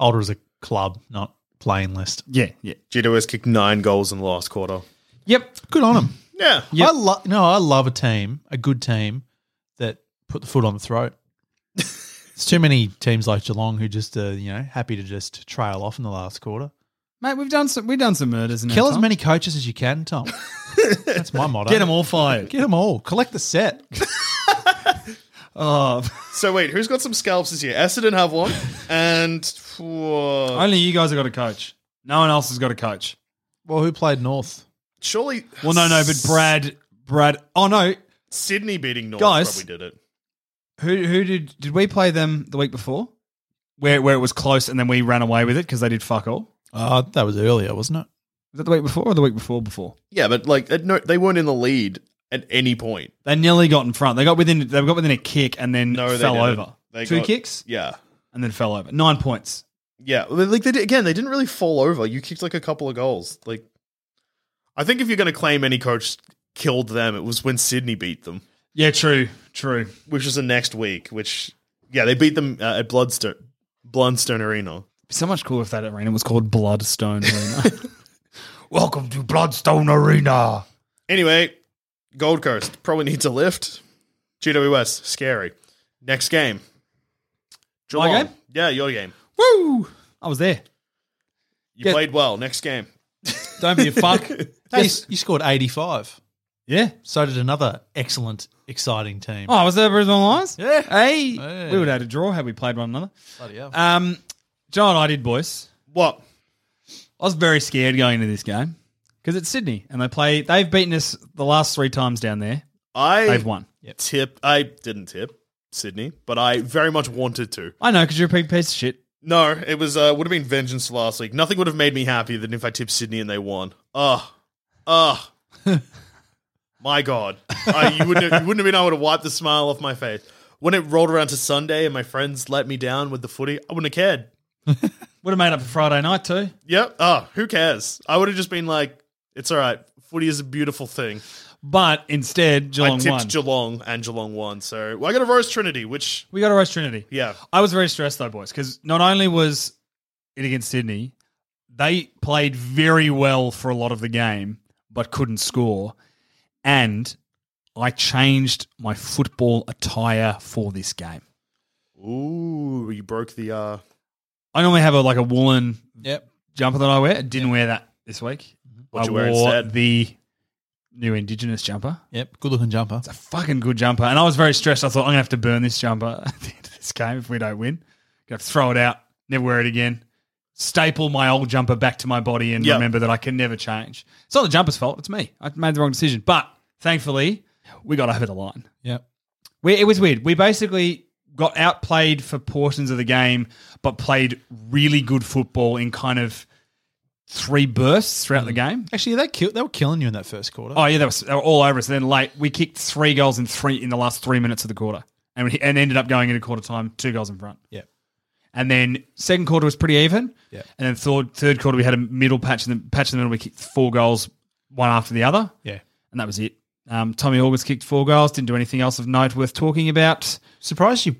B: Older as a club, not playing list.
C: yeah, yeah.
A: GWS kicked nine goals in the last quarter.
C: Yep.
B: Good on them.
A: Yeah.
B: I lo- no, I love a team, a good team that put the foot on the throat. it's too many teams like Geelong who just, uh, you know, happy to just trail off in the last quarter.
C: Mate, we've done some we've done some murders. in our
B: Kill as
C: time.
B: many coaches as you can, Tom. That's my motto.
C: Get them all fired.
B: Get 'em all. Collect the set.
C: Oh,
A: So wait, who's got some scalps this year? Essendon have one, and whoa,
C: only you guys have got a coach. No one else has got a coach.
B: Well, who played North?
A: surely.
C: Well, no, no, but Brad, Brad. Oh no,
A: Sydney beating North
C: Guys.
A: probably did it.
C: who who did did we play them the week before? Where where it was close and then we ran away with it because they did fuck all.
B: Uh, that was earlier, wasn't it?
C: Was that the week before or the week before before?
A: Yeah, but like, at no, they weren't in the lead at any point.
C: They nearly got in front. They got within. They got within a kick and then
A: No, they
C: fell
A: didn't.
C: over.
A: They
C: Two
A: got-
C: kicks
A: Yeah,
C: and then fell over. Nine points.
A: yeah. Well, Like they did, again, they didn't really fall over. You kicked like a couple of goals. Like, I think if you're going to claim any coach killed them, it was when Sydney beat them,
C: Yeah, true, true.
A: which was the next week. Which yeah, they beat them uh, at Bloodstone Blundstone Arena.
C: so much cooler if that arena was called Bloodstone Arena. Welcome to Bloodstone Arena.
A: Anyway, Gold Coast probably needs a lift. GWS, scary. Next game.
C: My
A: Geelong.
C: game?
A: Yeah, your game.
C: Woo! I was there.
A: You
C: Yeah.
A: played well. Next game.
C: Don't be a fuck.
B: Hey, you scored 85.
C: Yeah.
B: So did another excellent, exciting team.
C: Oh, I was there Brisbane Lions?
B: Yeah.
C: Hey,
B: Hey.
C: we would have had a draw had we played one another.
B: Bloody hell.
C: Um, John, I did, boys.
A: What?
C: I was very scared going into this game because it's Sydney and they play. They've beaten us the last three times down there.
A: I
C: They've won.
A: tip. I didn't tip Sydney, but I very much wanted to.
C: I know because you're a big piece of shit.
A: No, it was uh, would have been vengeance last week. Nothing would have made me happier than if I tipped Sydney and they won. Ugh, ugh. my God, I, you wouldn't have, you wouldn't have been able to wipe the smile off my face when it rolled around to Sunday and my friends let me down with the footy. I wouldn't have cared.
C: Would have made up for Friday night too.
A: Yep. Oh, who cares? I would have just been like, it's all right. Footy is a beautiful thing.
C: But instead,
A: I
C: Geelong
A: tipped
C: won.
A: Geelong and Geelong won. So well, I got to roast Trinity, which
C: we got to roast Trinity.
A: yeah,
C: I was very stressed though, boys, because not only was it against Sydney, they played very well for a lot of the game, but couldn't score. And I changed my football attire for this game.
A: ooh, you broke the uh,
C: I normally have a, like a woolen
B: yep.
C: jumper that I wear. I didn't wear that this week.
A: What'd
C: I
A: you wear
C: wore
A: instead?
C: the new Indigenous jumper.
B: Yep. Good looking jumper.
C: It's a fucking good jumper. And I was very stressed. I thought, I'm going to have to burn this jumper at the end of this game if we don't win. Gonna have to throw it out, never wear it again, staple my old jumper back to my body and
A: Yep.
C: remember that I can never change. It's not the jumper's fault. It's me. I made the wrong decision. But thankfully, we got over the line.
B: Yep.
C: We, it was weird. We basically got outplayed for portions of the game, but played really good football in kind of three bursts throughout the game.
B: Actually, they kill, they were killing you in that first quarter.
C: Oh yeah, they were, they were all over us. Then late, we kicked three goals in three in the last three minutes of the quarter, and we, and ended up going into quarter time two goals in front.
B: Yep.
C: And then second quarter was pretty even.
B: Yeah.
C: And then third third quarter we had a middle patch in the patch in the middle. We kicked four goals, one after the other,
B: Yeah.
C: and that was it. Um, Tommy August kicked four goals. Didn't do anything else of note worth talking about.
B: Surprised you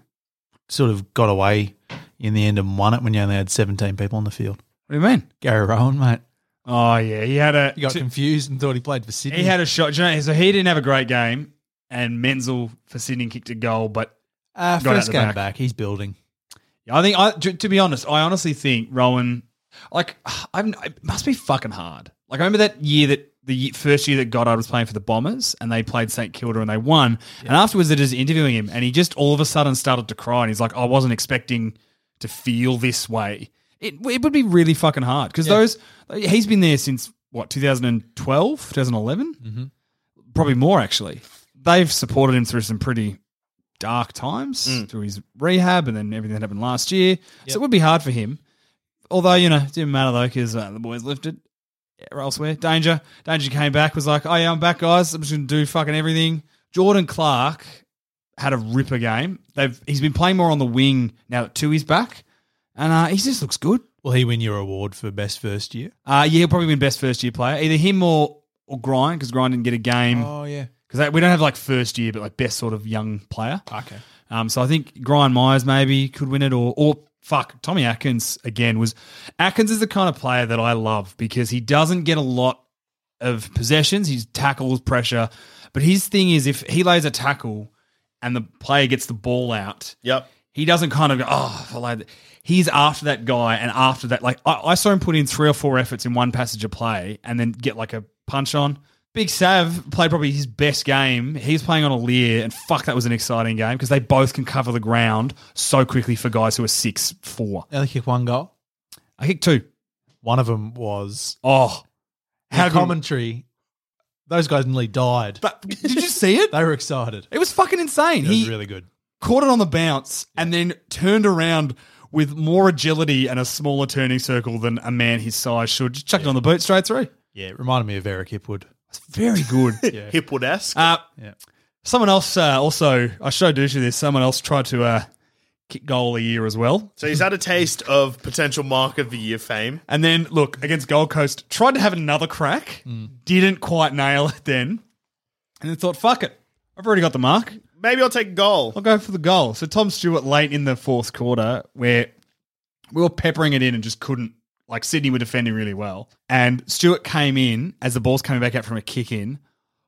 B: sort of got away in the end and won it when you only had 17 people on the field.
C: What do you mean?
B: Gary Rowan, mate.
C: Oh yeah, he had a
B: He got
C: two-
B: confused and thought he played for Sydney.
C: He had a shot. Do you know, so he didn't have a great game, and Menzel for Sydney kicked a goal, but
B: uh,
C: got out
B: first
C: the
B: game
C: back.
B: back. He's building.
C: I think I to, to be honest, I honestly think Rowan, like I'm, it must be fucking hard. Like I remember that year that the ye- first year that Goddard was playing for the Bombers and they played St Kilda and they won. And afterwards, they're just interviewing him and he just all of a sudden started to cry and he's like, I wasn't expecting to feel this way. It it would be really fucking hard because those he's been there since what 2012, 2011, probably more actually. They've supported him through some pretty dark times through his rehab and then everything that happened last year. So it would be hard for him. Although, you know, it didn't matter though because uh, the boys lifted elsewhere. Danger. Danger came back, was like, oh yeah, I'm back, guys. I'm just going to do fucking everything. Jordan Clark had a ripper game. They've He's been playing more on the wing now that Tui's back. And uh, he just looks good.
B: Will he win your award for best first year?
C: Uh, yeah, he'll probably win best first year player. Either him or, or Grind because Grind didn't get a game.
B: Mm. Oh, yeah.
C: Because we don't have like first year, but like best sort of young player.
B: Okay.
C: Um, so I think Brian Myers maybe could win it, or or fuck Tommy Atkins again was. Atkins is the kind of player that I love because he doesn't get a lot of possessions. He tackles pressure, but his thing is if he lays a tackle and the player gets the ball out,
A: yep.
C: he doesn't kind of go, oh, if I laid that." He's after that guy, and after that, like I, I saw him put in three or four efforts in one passage of play, and then get like a punch on. Big Sav played probably his best game. He's playing on a leer, and fuck, that was an exciting game because they both can cover the ground so quickly for guys who are six four.
B: They only kicked one goal.
C: I kicked two.
B: One of them was
C: Oh, how
B: how
C: good-
B: commentary. Those guys nearly died.
C: But did you see it?
B: They were excited.
C: It was fucking insane.
B: It
C: he
B: was really good.
C: caught it on the bounce and then turned around with more agility and a smaller turning circle than a man his size should. Just chucked it on the boot straight through.
B: Yeah, it reminded me of Eric Hipwood.
C: It's very good.
B: Yeah.
A: Hipwood esque.
C: uh,
B: Yeah.
C: Someone else uh, also, I showed Dusha this, someone else tried to uh, kick goal a year as well.
A: So he's had a taste of potential mark of the year fame.
C: And then, look, against Gold Coast, tried to have another crack, didn't quite nail it then, and then thought, fuck it. I've already got the mark.
A: Maybe I'll take a goal.
C: I'll go for the goal. So Tom Stewart late in the fourth quarter, where we were peppering it in and just couldn't. Like Sydney were defending really well, and Stewart came in as the ball's coming back out from a kick in,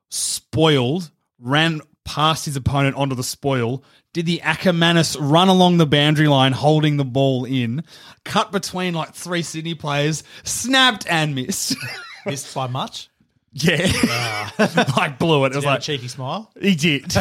C: spoiled, ran past his opponent onto the spoil, did the Ackermanis run along the boundary line holding the ball in, cut between like three Sydney players, snapped and missed.
B: Missed by much.
C: yeah, like blew it.
B: Did
C: It was
B: have
C: like
B: a cheeky smile.
C: he did.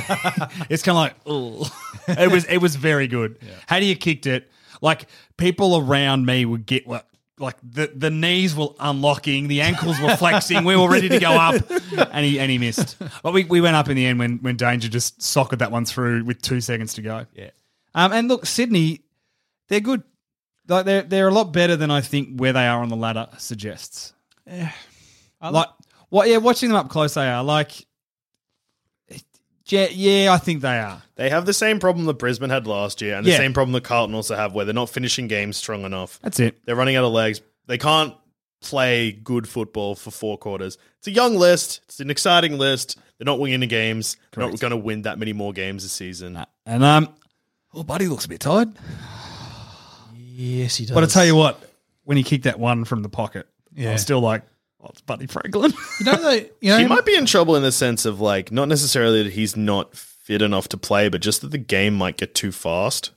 C: it's kind of like, ugh. it was it was very good. How do you kicked it? Like people around me would get like. Like the, the knees were unlocking, the ankles were flexing, we were ready to go up, and he and he missed. But we, we went up in the end when when Danger just socketed that one through with two seconds to go.
B: Yeah.
C: Um, and look, Sydney, they're good. Like they're they're a lot better than I think where they are on the ladder suggests. Yeah, like what? Yeah, watching them up close, they are like. Yeah, yeah, I think they are.
A: They have the same problem that Brisbane had last year, and
C: Yeah.
A: the same problem that Carlton also have, where they're not finishing games strong enough.
C: That's it.
A: They're running out of legs. They can't play good football for four quarters. It's a young list. It's an exciting list. They're not winning the games. They're not going to win that many more games this season.
C: And um, well, Buddy looks a bit tired.
B: Yes, he does.
C: But I tell you what, when he kicked that one from the pocket, I
B: Yeah.
C: was still like, oh, it's Buddy Franklin.
B: you know, they, you know,
A: He might be in trouble in the sense of like not necessarily that he's not fit enough to play, but just that the game might get too fast.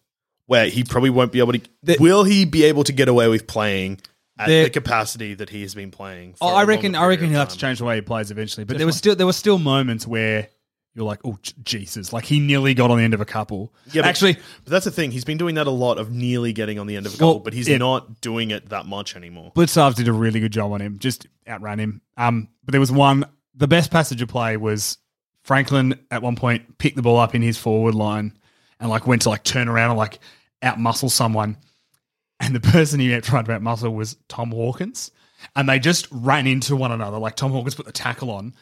A: Where he probably won't be able to. will he be able to get away with playing at
C: There-
A: the capacity that he has been playing? for
C: Oh,
A: a
C: I
A: longer
C: reckon. I
A: period
C: reckon
A: of
C: he'll have
A: time?
C: to change the way he plays eventually. But there was still there were still moments where you're like, oh j- Jesus! Like he nearly got on the end of a couple.
A: Yeah, but-
C: actually,
A: but that's the thing. He's been doing that a lot of nearly getting on the end of a goal,
C: Well,
A: but he's
C: yeah.
A: not doing it that much anymore.
C: Blitzarves did a really good job on him, just outran him. Um, but there was one. The best passage of play was Franklin at one point picked the ball up in his forward line and like went to like turn around and like out muscle someone, and the person he tried to out muscle was Tom Hawkins, and they just ran into one another. Like Tom Hawkins put the tackle on,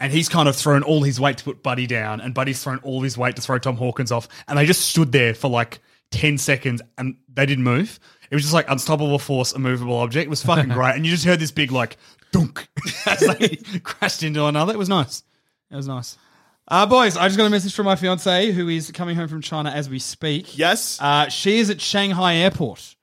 C: and he's kind of thrown all his weight to put Buddy down, and Buddy's thrown all his weight to throw Tom Hawkins off, and they just stood there for like ten seconds, and they didn't move. It was just like unstoppable force, a movable object. It was fucking great, and you just heard this big like dunk as they crashed into one another. It was nice. It was nice. Uh, boys, I just got a message from my fiance who is coming home from China as we speak.
A: Yes.
C: Uh, she is at Shanghai Airport.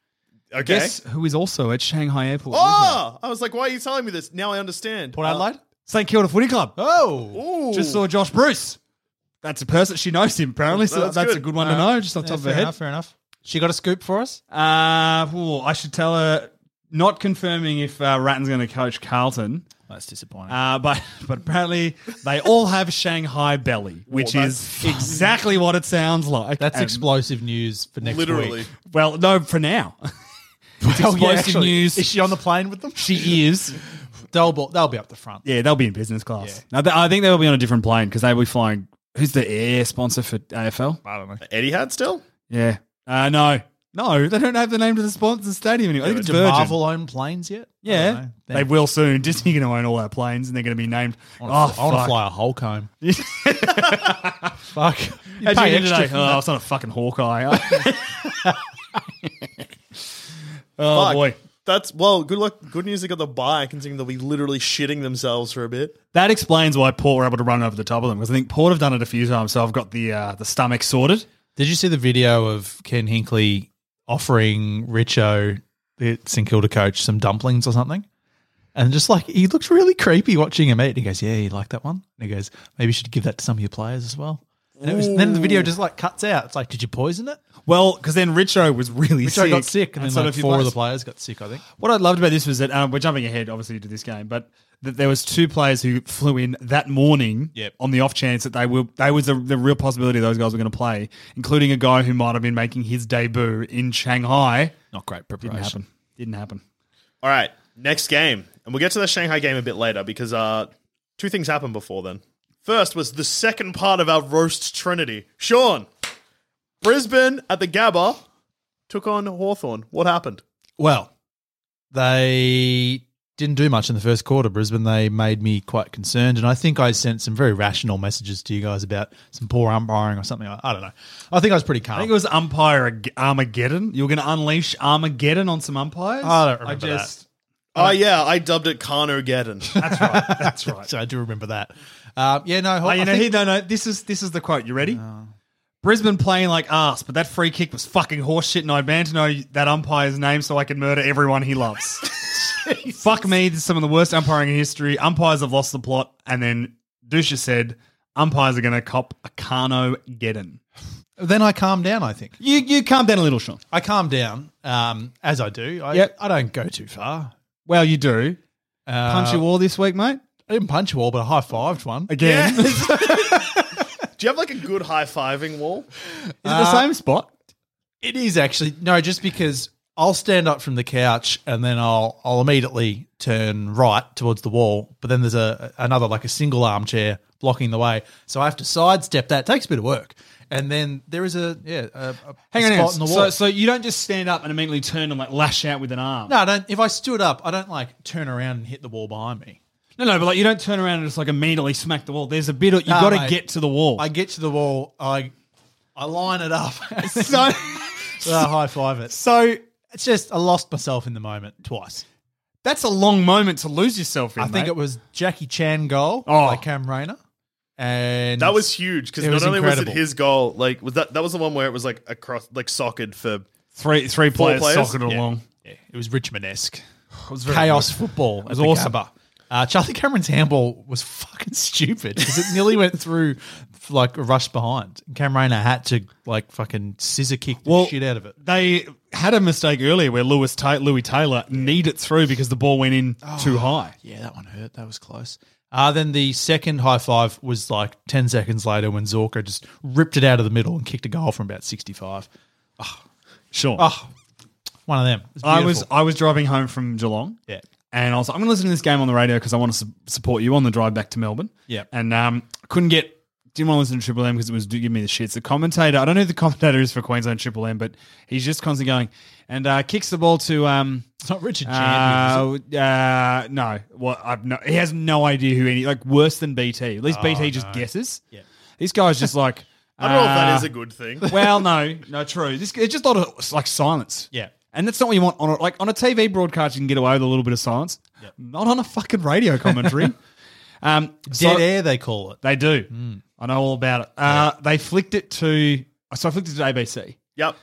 A: okay.
C: Guess who is also at Shanghai Airport?
A: Oh, I was like, why are you telling me this? Now I understand. Uh,
C: Port Adelaide? St Kilda Footy Club.
B: oh,
A: Ooh.
C: Just saw Josh Bruce. That's a person. She knows him, apparently. So
A: Well,
C: that's,
A: that's
C: a
A: good. Uh,
C: good one to know, just off the
B: Yeah,
C: top of her
B: fair
C: head.
B: enough. Fair enough. She got a scoop for us.
C: Uh, ooh, I should tell her, not confirming if uh, Ratton's going to coach Carlton,
B: That's disappointing.
C: uh, but, but apparently they all have Shanghai belly, which is exactly what it sounds
B: Oh,
C: like.
B: That's
C: And-
B: explosive news for next
A: literally.
B: week.
C: Well, no, for now. it's
B: Oh,
C: explosive
B: yeah, actually.
C: news.
B: Is she on the plane with them?
C: She is.
B: They'll, bo- they'll be up the front.
C: Yeah, they'll be in business class. Now, th- I think they'll be on a different plane because they'll be flying. Who's the air sponsor for AFL?
B: I don't know.
A: Eddie had still?
C: Yeah. Uh, no. No, they don't have the name to the sponsor stadium anymore. I think it's
B: Do
C: Virgin.
B: Marvel own planes yet? I don't
C: Yeah.
B: know. They-
C: They will soon. Disney's going to own all our planes and they're going to be named.
B: I wanna-
C: oh,
B: I want to
C: fuck.
B: fly a Hulk home. fuck. You
C: How'd you
B: pay
C: get
B: extra
C: today?
B: for
C: Oh,
B: that.
C: it's not a fucking Hawkeye. eh? oh,
A: Fuck.
C: boy.
A: That's well. Good luck. Good news. They got the buy, considering they'll be literally shitting themselves for a bit.
C: That explains why Port were able to run over the top of them because I think Port have done it a few times. So I've got the uh, the stomach sorted.
B: Did you see the video of Ken Hinkley offering Richo, the St Kilda coach, some dumplings or something? And just like he looks really creepy watching him eat. And he goes, "Yeah, you like that one?" And he goes, "Maybe you should give that to some of your players as well." And it was, then the video just like cuts out. It's like, "Did you poison it?"
C: Well, because then Richo was really
B: Richo
C: sick.
B: got sick, and, then
C: so did a
B: like
C: few
B: four of
C: players.
B: the players got sick. I think.
C: What I loved about this was that um, we're jumping ahead, obviously, to this game, but that there was two players who flew in that morning
B: Yep.
C: on the off chance that they were they was the, the real possibility those guys were going to play, including a guy who might have been making his debut in Shanghai.
B: Not great
C: Didn't
B: preparation.
C: happen. Didn't happen.
A: All right, next game, and we'll get to the Shanghai game a bit later because uh, two things happened before then. First was the second part of our roast trinity. Sean, Brisbane at the Gabba took on Hawthorn. What happened?
B: Well, they didn't do much in the first quarter, Brisbane. They made me quite concerned, and I think I sent some very rational messages to you guys about some poor umpiring or something. I, I don't know. I think I was pretty calm.
C: I think it was umpire Ag- Armageddon. You were going to unleash Armageddon on some umpires.
B: I don't remember
A: Oh yeah, I dubbed it Carnogeddon.
C: That's right. That's right.
B: so I do remember that. Um, yeah, no,
C: Oh,
B: I
C: you know,
B: think-
C: he, no, no. This is this is the quote. You ready? Brisbane playing like ass, but that free kick was fucking horseshit, and I demand to know that umpire's name so I can murder everyone he loves. Fuck me, this is some of the worst umpiring in history. Umpires have lost the plot, and then Dusha said umpires are going to cop a Carno Geddon.
B: Then I calm down, I think.
C: You you calm down a little, Sean.
B: I calm down, um, as I do. I,
C: Yep.
B: I don't go too far.
C: Well, you do.
B: Uh,
C: Punch your wall this week, mate.
B: I didn't punch a wall, but I high fived one.
C: Again, is it
A: Do you have like a good high fiving wall?
C: the same spot?
B: It is actually no, just because I'll stand up from the couch and then I'll I'll immediately turn right towards the wall, but then there's a another like a single armchair blocking the way, so I have to sidestep that. takes a bit of work, and then there is a yeah a, a
C: Hang
B: spot
C: on, hang on.
B: in the
C: So,
B: wall.
C: so you don't just stand up and immediately turn and like lash out with an arm.
B: no, I don't. If I stood up, I don't like turn around and hit the wall behind me.
C: no, no, but like you don't turn around and just like immediately smack the wall. There's a bit of you
B: Nah,
C: got to
B: mate.
C: get to the wall.
B: I get to the wall, I I line it up, so
C: so,
B: I high five it.
C: so
B: It's just I lost myself in the moment twice.
C: that's a long moment to lose yourself in.
B: I think
C: mate.
B: it was Jackie Chan goal
C: Oh.
B: by Cam Rayner. And
A: That was huge because
B: It
A: not
B: was
A: only was
B: incredible.
A: it his goal, like was that that was the one where it was like across like socket for
C: three three
A: Four
C: players,
A: players?
C: socketed
A: Yeah.
C: along.
B: yeah, it was Richmond esque. Chaos football. It
C: was awesome.
B: Uh, Charlie Cameron's handball was fucking stupid because it nearly went through like a rush behind. Cam Rayner had to like fucking scissor kick the
C: Well,
B: shit out of it.
C: They had a mistake earlier where Lewis Ta- Louis Taylor kneed it through because the ball went in too high.
B: Yeah, that one hurt. That was close. Uh, then the second high five was like 10 seconds later when Zorka just ripped it out of the middle and kicked a goal from about 65.
C: Sure.
B: Oh, one of them. It
C: I was
B: beautiful.
C: I was driving home from Geelong.
B: Yeah.
C: And I was like, I'm going to listen to this game on the radio because I want to su- support you on the drive back to Melbourne.
B: Yep.
C: And um, couldn't get, didn't want to listen to Triple M because it was do- giving me the shits. The commentator, I don't know who the commentator is for Queensland Triple M, but he's just constantly going and uh, kicks the ball to. Um,
B: It's not Richard Champion.
C: uh, uh, no, well, I've no, he has no idea who any like worse than BT. At least BT just guesses. Yeah, this guy's just like
A: Oh, I don't know if that is
C: uh,
A: a good thing.
C: well, no, no, true. This it's just a lot of like silence.
B: Yeah.
C: and that's not what you want on a, like on a TV broadcast. You can get away with a little bit of silence. Not on a fucking radio commentary. um,
B: Dead
C: so-
B: air, Hmm. they call it.
C: They do. I know all about it. Uh, They flicked it to. So I flicked it to ABC.
A: yep.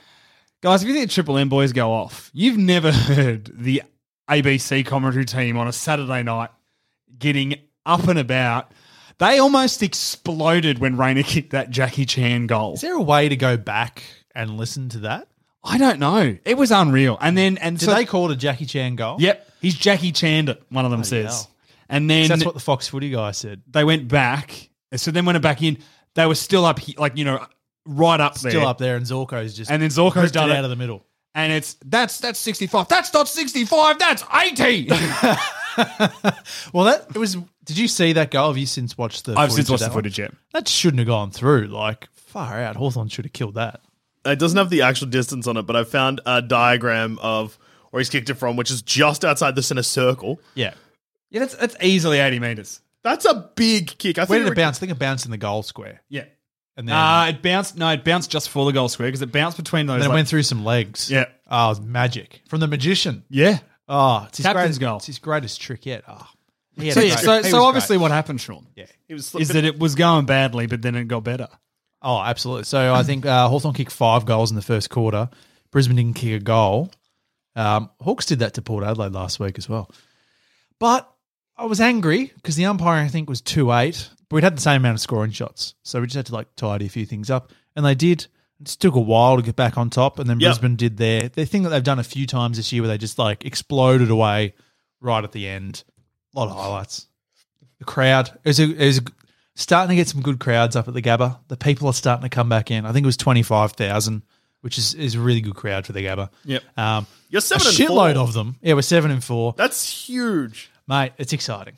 C: Guys, if you think Triple M boys go off, you've never heard the ABC commentary team on a Saturday night getting up and about. They almost exploded when Rayner kicked that Jackie Chan goal.
B: Is there a way to go back and listen to that?
C: I don't know. It was unreal. And then and
B: Did
C: so
B: they call it a Jackie Chan goal?
C: Yep, he's Jackie Chan. it, One of them
B: Bloody
C: says,
B: hell.
C: and then
B: 'Cause That's what the Fox footy guy said.
C: they went back. So then when it back in, they were still up, he- like you know, right up there.
B: Still up there, and Zorko's just
C: And then Zorko's
B: ripped
C: done
B: it
C: it.
B: out of the middle.
C: and it's that's that's sixty five. That's not sixty five. That's eighty.
B: Well, that it was. Did you see that goal? Have you since watched the?
C: I've
B: footage
C: since
B: of
C: watched
B: that
C: the
B: one?
C: footage. Yet.
B: That shouldn't have gone through. Like far out, Hawthorn should have killed that.
A: It doesn't have the actual distance on it, but I found a diagram of where he's kicked it from, which is just outside the center circle.
B: Yeah.
C: Yeah, that's that's easily eighty meters.
A: That's a big kick. I
B: Where
A: think
B: did it bounce? I think it bounced in the goal square,
C: Yeah.
B: and then,
C: Uh, it bounced. No, it bounced just for the goal square because it bounced between those.
B: then it
C: like-
B: went through some legs.
C: Yeah.
B: Oh, it was magic from the magician.
C: yeah.
B: Oh, it's his
C: Captain's
B: greatest,
C: goal.
B: It's his greatest trick yet. Oh. He had
C: So,
B: a
C: yeah,
B: great-
C: so,
B: he
C: so
B: was
C: obviously,
B: great.
C: what happened, Sean,
A: He was
C: is
A: slipping.
C: that it was going badly, but then it got better.
B: Oh, absolutely. So I think uh, Hawthorn kicked five goals in the first quarter. Brisbane didn't kick a goal. Um, Hawks did that to Port Adelaide last week as well. But I was angry because the umpiring, I think, was 2 8. But we'd had the same amount of scoring shots. So we just had to like tidy a few things up. And they did. It just took a while to get back on top. And then
A: Yep.
B: Brisbane did their, their thing that they've done a few times this year where they just like exploded away right at the end. A lot of highlights. The crowd it was, a, it was a- starting to get some good crowds up at the Gabba. The people are starting to come back in. I think it was twenty five thousand, which is, is a really good crowd for the Gabba.
C: Yep.
B: um,
A: You're
B: a
A: seven and
B: shitload
A: four.
B: of them. Yeah, we're seven and four,
A: That's huge.
B: mate. It's exciting.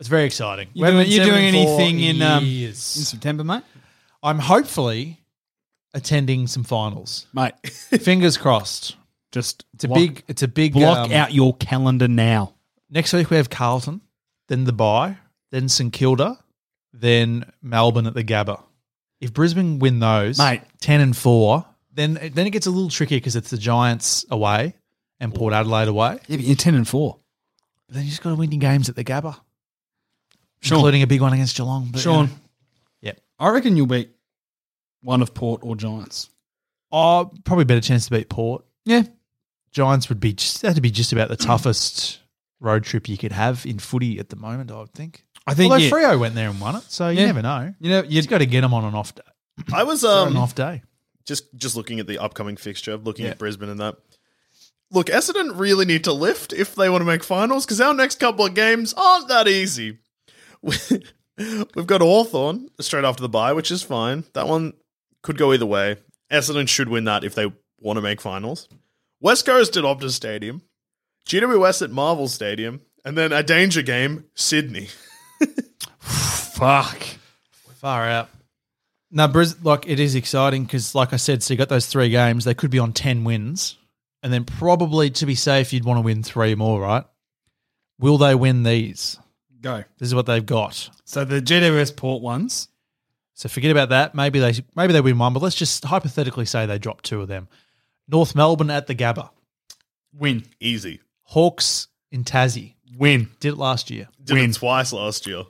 B: It's very exciting.
C: You doing,
B: We've been
C: you
B: seven
C: doing
B: and four
C: anything in um, in
B: years.
C: September, mate?
B: I'm hopefully attending some finals.
C: Mate,
B: Fingers crossed.
C: just
B: It's a
C: block-
B: big. It's a big
C: block
B: um,
C: out your calendar now.
B: Next week we have Carlton, then the bye, then St Kilda, then Melbourne at the Gabba. If Brisbane win those,
C: Mate.
B: ten and four, then then it gets a little tricky because it's the Giants away and Port Adelaide away.
C: Yeah, but you're ten and four.
B: But then you just got to win your games at the Gabba,
C: Sean,
B: including a big one against Geelong. But,
C: Sean,
B: you know. Yep.
C: I reckon you'll be One of Port or Giants.
B: Oh, probably better chance to beat Port.
C: Yeah.
B: Giants would be just that'd be just about the toughest road trip you could have in footy at the moment. I would think.
C: I think
B: Although
C: yeah.
B: Frio went there and won it, so you
C: Yeah.
B: never know.
C: You know,
B: You just got to get them on an off day.
A: I was
B: an
A: um
B: off day.
A: just just looking at the upcoming fixture, looking
C: Yeah.
A: at Brisbane and that. Look, Essendon really need to lift if they want to make finals because our next couple of games aren't that easy. We- We've got Hawthorn straight after the bye, which is fine. That one could go either way. Essendon should win that if they want to make finals. West Coast at Optus Stadium, GWS at Marvel Stadium, and then a danger game, Sydney.
C: fuck.
B: Far out. Now, Bris- like it is exciting because, like I said, so you got those three games. They could be on ten wins, and then probably to be safe, you'd want to win three more, right? Will they win these?
C: Go.
B: This is what they've got.
C: So the GWS Port ones.
B: So forget about that. Maybe they maybe they win one, but let's just hypothetically say they drop two of them. North Melbourne at the Gabba,
C: Win.
A: Easy.
B: Hawks in Tassie
C: Win.
B: did it last year.
A: Did
C: Win.
A: it twice last year.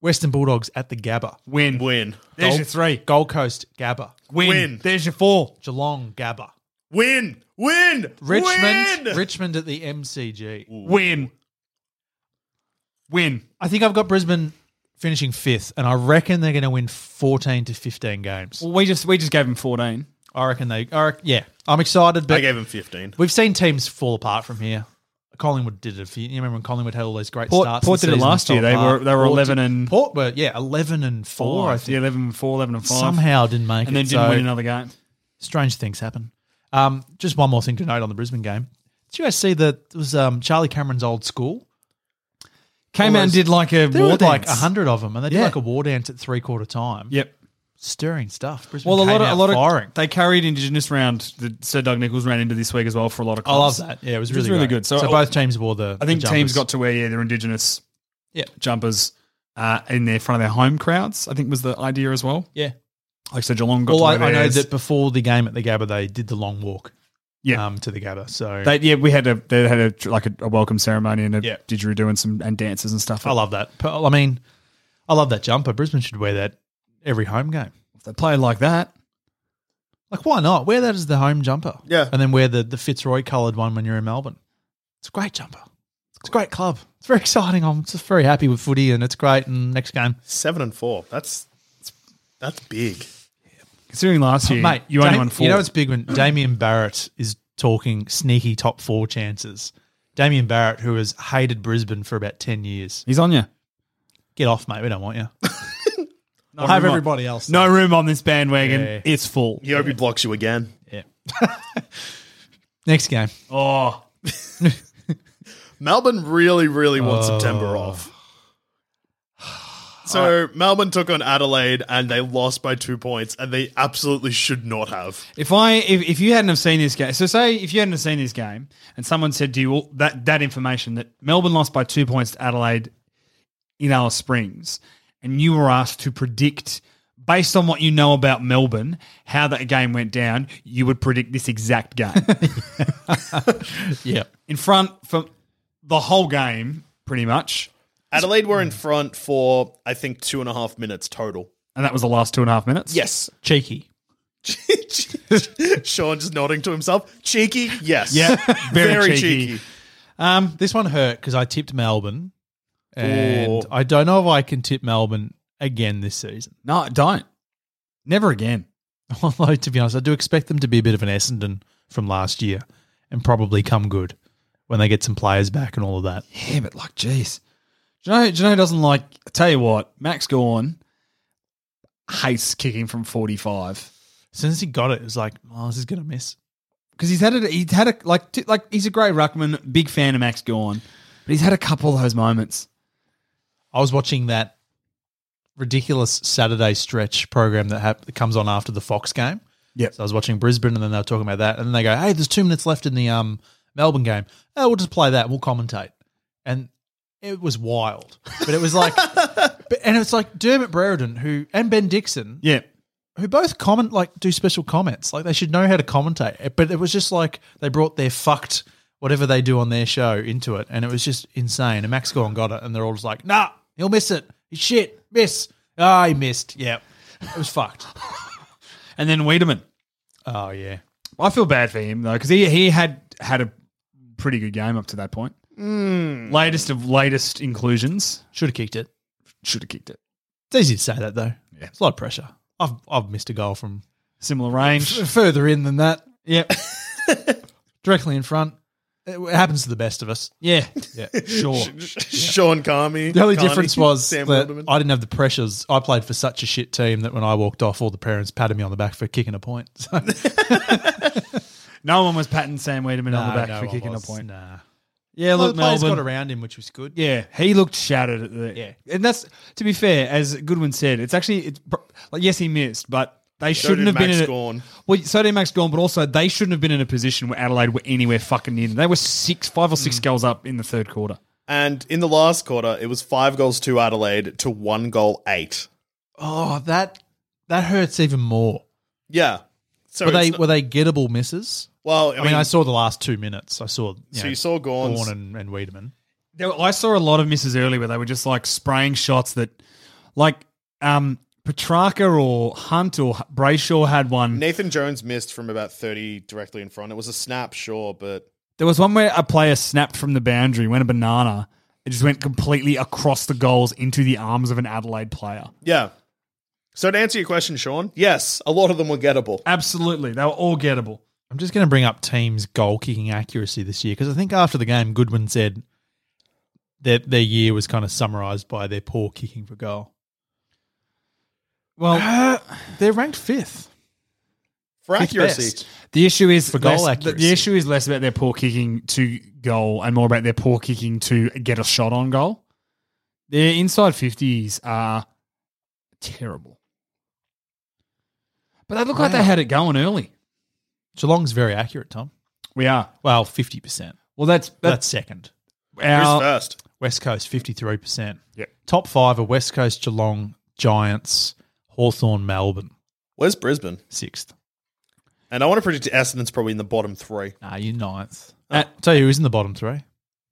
B: Western Bulldogs at the Gabba,
C: Win.
A: Win.
C: There's
B: Gold-
C: your three.
B: Gold Coast Gabba,
C: Win.
A: Win.
C: There's your four.
B: Geelong Gabba,
A: Win. Win.
B: Richmond
A: Win!
B: Richmond at the MCG.
C: Win. Win.
B: I think I've got Brisbane finishing fifth, and I reckon they're going to win fourteen to fifteen games.
C: Well, we just we just gave him fourteen.
B: I reckon they. I rec- yeah, I'm excited,
A: I
B: but
A: gave him 15.
B: we've seen teams fall apart from here. Collingwood did it. A few, you remember when Collingwood had all those great
C: Port-
B: starts?
C: Port
B: and
C: did it
B: seasons
C: last
B: fell
C: year. They
B: apart.
C: were- they were
B: Port
C: 11
B: did-
C: and-
B: Port were yeah eleven and four. I
C: Yeah,
B: think
C: eleven and four, eleven and five.
B: somehow didn't make
C: and
B: it.
C: then didn't
B: so
C: win another game.
B: strange things happen. Um, just one more thing to note on the Brisbane game. Did you guys see that it was um, Charlie Cameron's old school?
C: Came out and
B: Almost-
C: did like a
B: There
C: war
B: were like
C: dance.
B: hundred of them, and they did
C: Yeah.
B: like a war dance at three quarter time.
C: Yep.
B: stirring stuff. Brisbane
C: Well, a lot
B: came
C: of a
B: out
C: lot of
B: firing.
C: they carried Indigenous round. The Sir Doug Nichols ran into this week as well for a lot of.
B: I love
C: Clubs.
B: that. Yeah, it was
C: Which is
B: really,
C: really
B: great.
C: good. So-
B: both teams wore the.
C: I think
B: the jumpers.
C: teams got to wear yeah their Indigenous
B: Yeah.
C: jumpers uh, in there front of their home crowds. I think was the idea as well.
B: yeah.
C: Like so, Geelong got.
B: Well,
C: to
B: I,
C: wear
B: I know
C: theirs.
B: that before the game at the Gabba, they did the long walk.
C: Yeah.
B: um, to the Gabba. So
C: They, yeah, we had a they had a like a, a welcome ceremony and a
B: Yeah.
C: didgeridoo and some and dances and stuff.
B: I love that. But, I mean, I love that jumper. Brisbane should wear that every home game.
C: if they play like that.
B: Like, why not wear that as the home jumper?
A: Yeah.
B: and then wear the the Fitzroy coloured one when you're in Melbourne. It's a great jumper. It's a great club. It's very exciting. I'm just very happy with footy, and it's great. And next game,
A: Seven and four. That's that's big.
C: Considering last year,
B: Mate,
C: you only
B: Dam-
C: won four.
B: You know it's big when Damien Barrett is talking sneaky top four chances. Damien Barrett, who has hated Brisbane for about ten years,
C: he's on you.
B: get off, mate. We don't want you.
C: No
B: We'll have
C: room on-
B: everybody else.
C: No room on this bandwagon.
B: Yeah.
C: It's full.
A: You hope he blocks you again.
B: Yeah. next game.
C: Oh,
A: Melbourne really, really want September off. So Melbourne took on Adelaide and they lost by two points, and they absolutely should not have.
C: If I if, if you hadn't have seen this game, so say if you hadn't have seen this game, and someone said to you all that that information that Melbourne lost by two points to Adelaide in Alice Springs, and you were asked to predict based on what you know about Melbourne how that game went down, you would predict this exact game
B: Yeah.
C: in front for the whole game, pretty much,
A: Adelaide were in front for I think two and a half minutes total.
C: and that was the last two and a half minutes.
A: Yes,
B: Cheeky.
A: Sean just nodding to himself. Cheeky, yes,
C: Yeah, very cheeky.
B: Um, this one hurt because I tipped Melbourne, and
A: Ooh.
B: I don't know if I can tip Melbourne again this season.
C: No, don't. Never again.
B: Although, to be honest, I do expect them to be a bit of an Essendon from last year, and probably come good when they get some players back and all of that.
C: Yeah, but like, jeez. Do you know, do you know who doesn't like, I tell you what, Max Gorn hates kicking from 45.
B: As soon as he got it, it was like, oh, this is going to miss.
C: Because he's had it, he's had a, like, t- like, he's a great ruckman, big fan of Max Gorn, but he's had a couple of those moments.
B: I was watching that ridiculous Saturday stretch program that, hap- that comes on after the Fox game.
C: Yep.
B: So I was watching Brisbane, and then they were talking about that, and then they go, "Hey, there's two minutes left in the um Melbourne game. Oh, we'll just play that. We'll commentate." And it was wild, but it was like, but, and it's like Dermot Brereton who and Ben Dixon,
C: Yeah.
B: who both comment like do special comments, like they should know how to commentate. But it was just like they brought their fucked whatever they do on their show into it, and it was just insane. And Max Gorn got it, and they're all just like, "Nah, he'll miss it. He's shit. Miss. Ah, he missed. Yeah." It was fucked.
C: And then Wiedemann.
B: Oh yeah.
C: I feel bad for him though because he he had had a pretty good game up to that point.
B: Hmm.
C: Latest of latest inclusions
B: Should have kicked it.
C: should have kicked it.
B: It's easy to say that though. Yeah. It's a lot of pressure. I've I've missed a goal from
C: Similar range.
B: further in than that.
C: yep.
B: Directly in front. It happens to the best of us.
C: Yeah.
B: Yeah, sure.
A: Sean Carmi.
B: The only
A: Carney,
B: difference was
A: Sam
B: that
A: Wilderman.
B: I didn't have the pressures. I played for such a shit team that when I walked off, all the parents patted me on the back for kicking a point. So,
C: No one was patting Sam Wiedemann on the back for kicking a point.
B: Nah.
C: Yeah,
B: Well,
C: look,
B: the players
C: Melbourne.
B: got around him, which was good.
C: Yeah, he looked shattered at the. Yeah, and that's to be fair, as Goodwin said, it's actually it's pr- like yes, he missed, but they shouldn't
A: did
C: have been
A: Max
C: in.
A: Gawn.
C: A, well, so did Max Gorn, but also they shouldn't have been in a position where Adelaide were anywhere fucking near. them. They were six, five or six goals up in the third quarter.
A: And in the last quarter, it was five goals to Adelaide to one goal eight.
B: Oh, that that hurts even more.
A: Yeah. So
B: Were they
A: it's not-
B: were they gettable misses?
A: well, I,
B: I
A: mean,
B: mean, I saw the last two minutes. I saw.
A: So you saw Gawn's-
B: Gorn and, and Wiedemann.
C: There were, I saw a lot of misses early where they were just like spraying shots that, like, um, Petrarca or Hunt or H- Brayshaw had one.
A: Nathan Jones missed from about thirty directly in front. It was a snap, sure, but
C: There was one where a player snapped from the boundary, went a banana. It just went completely across the goals into the arms of an Adelaide player.
A: yeah. So to answer your question, Sean, yes, a lot of them were gettable.
C: Absolutely. They were all gettable.
B: I'm just going to bring up teams' goal kicking accuracy this year because I think after the game, Goodwin said that their year was kind of summarized by their poor kicking for goal.
C: Well,
B: They're ranked fifth.
A: For
B: Fifth
A: accuracy,
B: best.
C: the issue is
B: For goal
C: less, the, the
B: accuracy.
C: issue is less about their poor kicking to goal and more about their poor kicking to get a shot on goal. Their inside 50s are terrible. But they look like they had it going early.
B: Geelong's very accurate, Tom.
C: We are.
B: Well, 50%.
C: Well, that's
B: That's
C: that's,
B: second.
A: who's
C: our
A: first?
B: West Coast, 53%.
C: Yeah.
B: Top five are West Coast, Geelong, Giants, Hawthorn, Melbourne,
A: Where's Brisbane?
B: sixth.
A: And I want to predict Essendon's probably in the bottom three.
B: Nah, you ninth.
C: At-
B: I'll Uh, tell you who's in the bottom three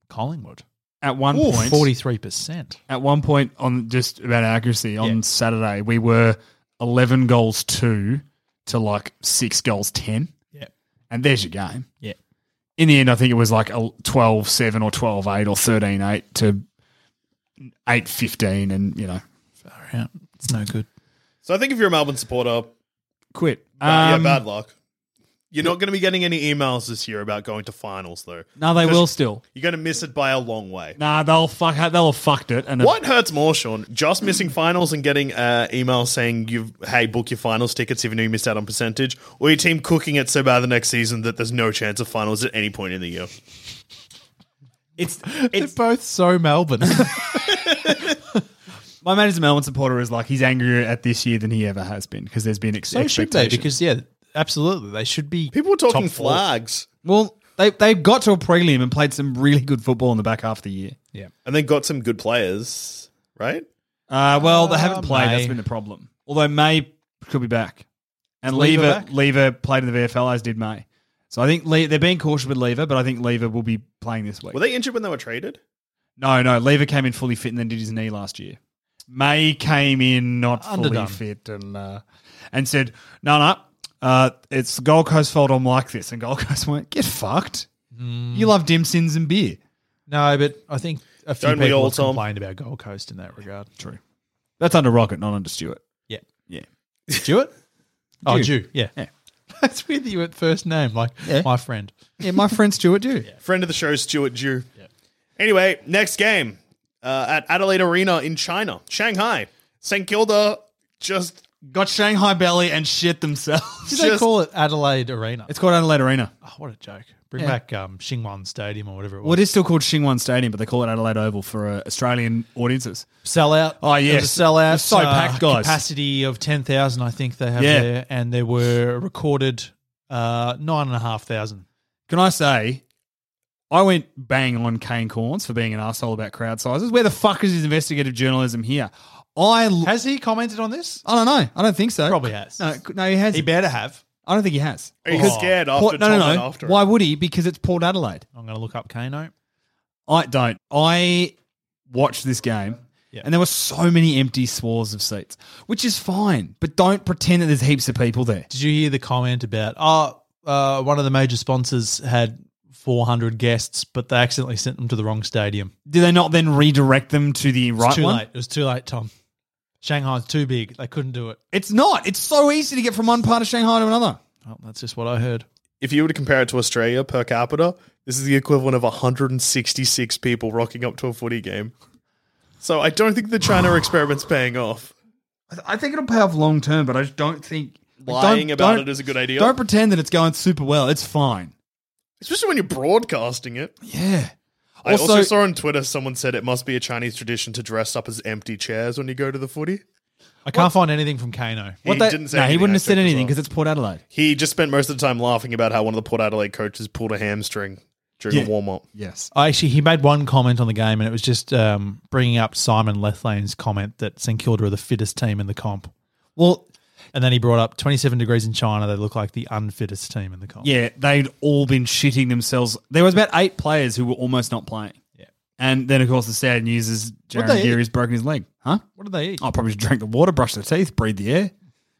B: Collingwood.
C: at one
B: Ooh,
C: point
B: 43%.
C: At one point on just about accuracy on
B: Yeah.
C: Saturday, we were eleven goals two to like six goals ten,
B: Yeah.
C: and there's your game.
B: Yeah.
C: In the end, I think it was like a 12-7 or 12-8 or 13-8 to 8-15 and, you know,
B: Far out. It's no good.
A: So I think if you're a Melbourne supporter, uh,
C: quit.
A: yeah,
C: Um,
A: bad luck. You're not going to be getting any emails this year about going to finals, though.
C: No, they
A: Because
C: will still.
A: You're going to miss it by a long way.
C: Nah, they'll fuck. They'll have fucked it. And
A: What hurts more, Sean? Just missing finals and getting uh, email saying you hey book your finals tickets even though you missed out on percentage, or your team cooking it so bad the next season that there's no chance of finals at any point in the year.
C: It's
B: They're both so Melbourne.
C: my manager's a Melbourne supporter. Is like he's angrier at this year than he ever has been because there's been ex-
B: so should they?
C: expectation.
B: Because, yeah, absolutely. They should be.
A: People were talking
B: top four.
A: flags
C: Well, they they got to a prelim and played some really good football in the back half of the year.
B: Yeah.
A: and then got some good players, right?
C: Uh, well, they
B: Uh,
C: haven't played.
B: May.
C: That's been the problem. Although May could be back, and
B: Lever
C: Lever
B: back?
C: Lever played in the VFL as did May. So I think Le- they're being cautious with Lever, but I think Lever will be playing this week.
A: Were they injured when they were traded?
C: no, no, Lever came in fully fit and then did his knee last year. May came in not
B: Underdone.
C: fully fit and uh, and said, "No, no, uh, it's Gold Coast fault. I'm like this." And Gold Cost went, "Get fucked. You love dim sins and beer."
B: No, but I think a few
A: Don't we
B: people
A: all,
B: have
A: Tom?
B: complained about Gold Coast in that regard.
C: True. That's under Rocket, not under Stewart.
B: Yeah.
C: Yeah.
B: Stewart? oh, Jew. Yeah.
C: Yeah.
B: That's with you at first name, like
C: Yeah.
B: my friend.
C: Yeah, my friend Stewart do.
A: Friend of the show, Stuart Jew. Anyway, next game uh, at Adelaide Arena in China, Shanghai. St Kilda just
C: Got Shanghai belly and shit themselves.
B: Did
A: Just-
B: they call it Adelaide Arena?
C: It's called Adelaide Arena.
B: oh, what a joke. Bring
C: Yeah.
B: back um, Shingwon Stadium or whatever it was.
C: Well, it is still called Shingwon Stadium, but they call it Adelaide Oval for uh, Australian audiences.
B: Sellout.
C: Oh,
B: It
C: yes.
B: was a sellout. uh,
C: It's so packed, guys.
B: Capacity of 10,000, I think they have
C: Yeah.
B: there. And there were recorded uh, 9,500.
C: Can I say, I went bang on Kane Corns for being an asshole about crowd sizes. Where the fuck is his investigative journalism here? I l-
B: Has he commented on this?
C: I don't know. I don't think so.
B: Probably has.
C: No, no, he has.
B: He better have.
C: I don't think he has.
A: are you
B: Oh.
A: scared after
C: Port- no, no,
A: Tom
C: no.
A: went after him?
C: Why would he? Because it's Port Adelaide.
B: I'm going to look up Kano.
C: I don't. I watched this game
B: Yeah.
C: And there were so many empty swaths of seats, which is fine, but don't pretend that there's heaps of people there.
B: Did you hear the comment about, oh, uh, one of the major sponsors had 400 guests, but they accidentally sent them to the wrong stadium?
C: Do they not then redirect them to the
B: It's
C: right
B: too
C: one?
B: late. It was too late, Tom. Shanghai's too big. They couldn't do it.
C: It's not. It's so easy to get from one part of Shanghai to another.
B: Oh, that's just what I heard.
A: If you were to compare it to Australia per capita, this is the equivalent of 166 people rocking up to a footy game. So I don't think the China experiment's paying off.
C: I think it'll pay off long term, but I just don't think
A: Lying about it is a good idea.
C: Don't pretend that it's going super well. It's fine.
A: Especially when you're broadcasting it.
C: Yeah.
A: I also,
C: Also-
A: saw on Twitter someone said it must be a Chinese tradition to dress up as empty chairs when you go to the footy.
B: I can't find anything from Kano.
A: He didn't say
C: no, he
A: anything, I
C: wouldn't have said
A: checked as
C: anything
A: well.
C: because it's Port Adelaide.
A: He just spent most of the time laughing about how one of the Port Adelaide coaches pulled a hamstring during
C: Yeah.
A: a warm up.
C: Yes.
B: I actually, he made one comment on the game, and it was just um, bringing up Simon Lethlane's comment that St Kilda are the fittest team in the comp.
C: Well,
B: And then he brought up 27 degrees in China. They look like the unfittest team in the comp.
C: yeah, they'd all been shitting themselves. There was about eight players who were almost not playing. Yeah. And then, of course, the sad news is
B: they
C: Jaron
B: eat?
C: Geary's broken his leg. Huh?
B: What do they eat?
C: I probably should drink the water, brush their teeth, breathe the air.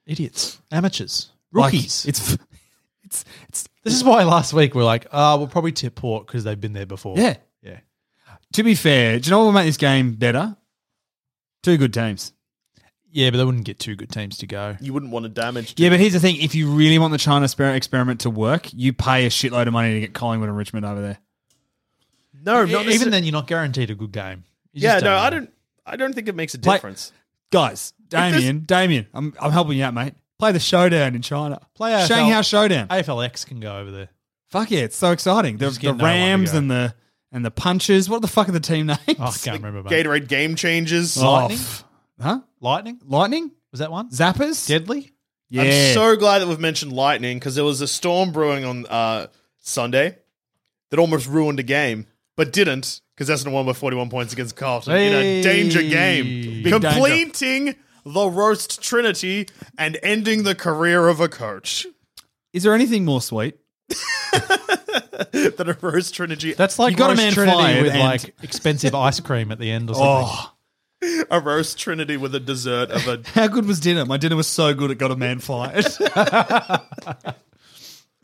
B: Idiots. Amateurs.
C: Like,
B: Rookies.
C: it's, it's, it's,
B: this is why last week we're like, ah, we'll probably tip Port because they've been there before.
C: yeah.
B: Yeah.
C: To be fair, do you know what will make this game better? Two good teams.
B: Yeah, but they wouldn't get two good teams to go.
A: You wouldn't want to damage.
C: Yeah, but here's the thing: if you really want the China exper- experiment to work, you pay a shitload of money to get Collingwood and Richmond over there.
A: no,
B: E-
A: not
B: Even
A: necessar-
B: then, you're not guaranteed a good game. You
A: Yeah,
B: just
A: no, I
B: know.
A: don't. I don't think it makes a
C: Play-
A: difference.
C: Guys, Damien, Damien, I'm, I'm helping you out, mate. Play the showdown in China.
B: Play AFL.
C: Shanghai Showdown.
B: AFLX can go over there.
C: Fuck yeah, it's so exciting. The,
B: Just
C: the
B: get no one to
C: Rams
B: go.
C: and the and the punches. What the fuck are the team names?
B: Oh, I can't remember. mate.
A: Gatorade game changes.
C: Oh,
B: Lightning?
C: f- huh?
B: Lightning?
C: Lightning?
B: Was that one?
C: Zappers?
B: Deadly?
C: Yeah.
A: I'm so glad that we've mentioned lightning because there was a storm brewing on uh, Sunday that almost ruined a game, but didn't because Essendon won by 41 points against Carlton in
B: Hey.
A: a danger game,
C: Big danger.
A: completing the roast trinity and ending the career of a coach.
C: Is there anything more sweet?
A: that a roast trinity,
B: That's like
C: You got a
B: roast
C: man
B: Trinity
C: fired
B: with
C: and-
B: like expensive ice cream at the end or something.
C: Oh,
A: a roast trinity with a dessert of a.
C: how good was dinner? My dinner was so good it got a man fired.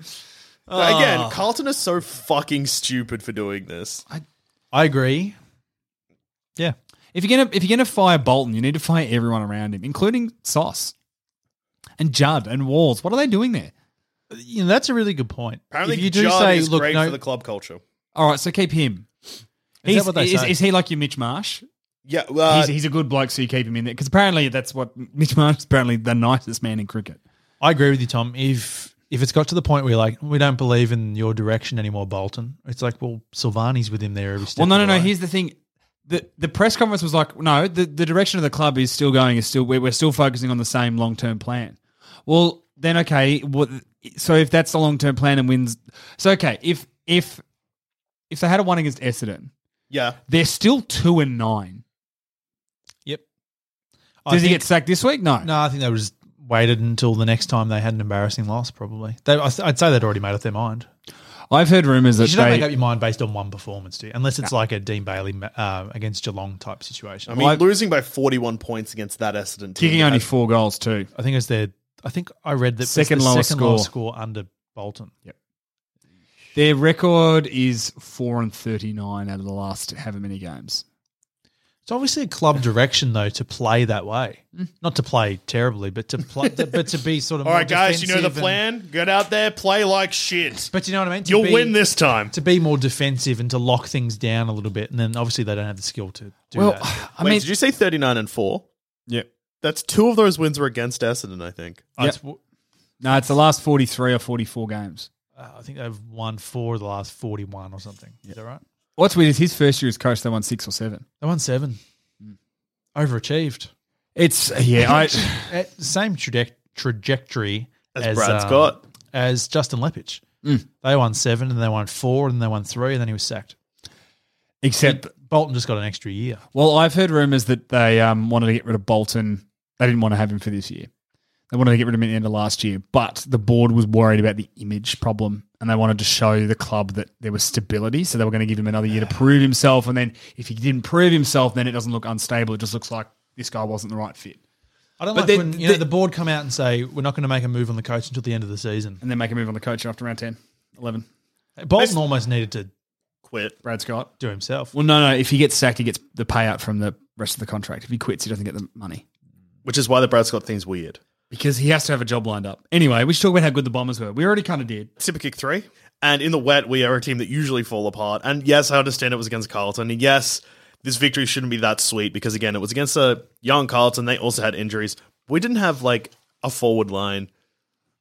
A: Again, Carlton is so fucking stupid for doing this.
B: I agree. Yeah.
C: If you're gonna if you're gonna fire Bolton, you need to fire everyone around him, including Sauce and Judd and Walls. What are they doing there?
B: You know, that's a really good point.
A: Apparently,
B: if you do
A: Judd
B: say,
A: is
B: look,
A: great
B: no,
A: for the club culture.
C: All right, so keep him.
B: that
C: He's-
B: what they
C: is,
B: say?
C: is he like your Mitch Marsh?
A: Yeah, uh,
C: he's, he's a good bloke, so you keep him in there because apparently that's what Mitch Marsh is apparently the nicest man in cricket.
B: I agree with you, Tom. If if it's got to the point where you're like we don't believe in your direction anymore, Bolton, it's like well, Silvani's with him there every step.
C: Well, no,
B: of
C: no,
B: the
C: no.
B: way.
C: Here's the thing: the the press conference was like, no, the, the direction of the club is still going. Is still we're, we're still focusing on the same long term plan. Well, then okay. What, so if that's the long term plan and wins, so okay. If if if they had a one against Essendon,
A: yeah.
C: they're still two and nine.
B: yep. I
C: Does he
B: think-
C: get sacked this week? No.
B: No, I think they were just waited until the next time they had an embarrassing loss. Probably, they, I, I'd say they'd already made up their mind.
C: I've heard rumors
B: You
C: that
B: should not
C: they.
B: make up your mind based on one performance, do you? Unless it's like a Dean Bailey uh, against Geelong type situation.
A: I
B: I,
A: mean,
C: I-
A: losing by 41 points against that Essendon team.
C: Kicking
A: that
C: only
A: has-
C: four goals too.
B: think it's their. I think I read that it's
C: Second
B: the
C: lowest
B: second lowest
C: score.
B: score under Bolton.
C: Their record is four and thirty nine out of the last however many games.
B: It's obviously a club direction, though, to play that way. Not to play terribly, but to play, but to be sort of.
A: All
B: more
A: right, guys, you know the
B: defensive and-
A: plan. Get out there, play like shit.
B: but you know what I mean. To
A: You'll
B: be-
A: win this time.
B: To be more defensive and to lock things down a little bit, and then obviously they don't have the skill to do
C: well,
B: that.
C: I
A: Wait,
C: mean,
A: did you say 39 and 4?
C: yeah.
A: That's two of those wins were against Essendon, I think.
B: I,
C: No, it's the last 43 or 44 games.
B: uh, I think they've won four of the last forty-one or something. Is that right?
C: What's weird is his first year as coach, they won six or seven.
B: They won seven, overachieved.
C: It's, yeah, I,
B: At the same traje- trajectory
A: As
B: as, uh,
A: Brad Scott.
B: as Justin Leppich. They won seven, and they won four, and they won three, and then he was sacked.
C: except,
B: Bolton just got an extra year.
C: well, I've heard rumors that they um, wanted to get rid of Bolton. They didn't want to have him for this year. They wanted to get rid of him at the end of last year, but the board was worried about the image problem and they wanted to show the club that there was stability. So they were going to give him another year to prove himself. And then if he didn't prove himself, then it doesn't look unstable. It just looks like this guy wasn't the right fit.
B: I don't
C: But
B: like
C: they-
B: when you
C: they-
B: know the board come out and say we're not going to make a move on the coach until the end of the season.
C: And then make a move on the coach after round 10, 11.
B: Bolton almost needed to
A: Quit.
C: Brad Scott.
B: do himself.
C: Well, no, no. If he gets sacked, he gets the payout from the rest of the contract. If he quits, he doesn't get the money
A: Which is why the Brad Scott thing's weird.
C: because he has to have a job lined up. Anyway, we should talk about how good the Bombers were. We already kind of did.
A: Super kick three. And in the wet, we are a team that usually fall apart. And yes, I understand it was against Carlton. And yes, this victory shouldn't be that sweet because again, it was against a young Carlton. They also had injuries. We didn't have like a forward line.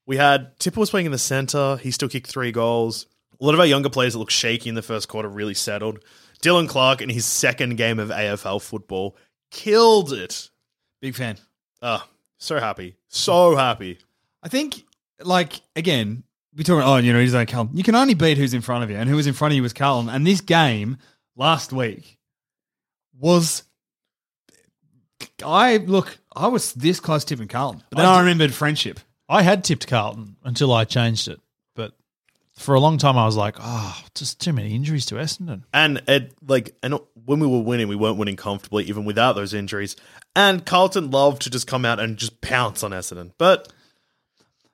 A: We had Tipper was playing in the center. He still kicked three goals. A lot of our younger players that looked shaky in the first quarter really settled. Dylan Clark in his second game of AFL football killed it.
C: Big fan.
A: Oh, so happy. So happy.
C: I think, like again, we talk about oh, you know, he's only Carlton. You can only beat who's in front of you, and who was in front of you was Carlton. And this game last week was. I look. I was this close tipping Carlton, but then I, remembered friendship.
B: I had tipped Carlton until I changed it, but for a long time I was like, oh, just too many injuries to Essendon.
A: And it like and when we were winning, we weren't winning comfortably, even without those injuries. And Carlton loved to just come out and just pounce on Essendon. But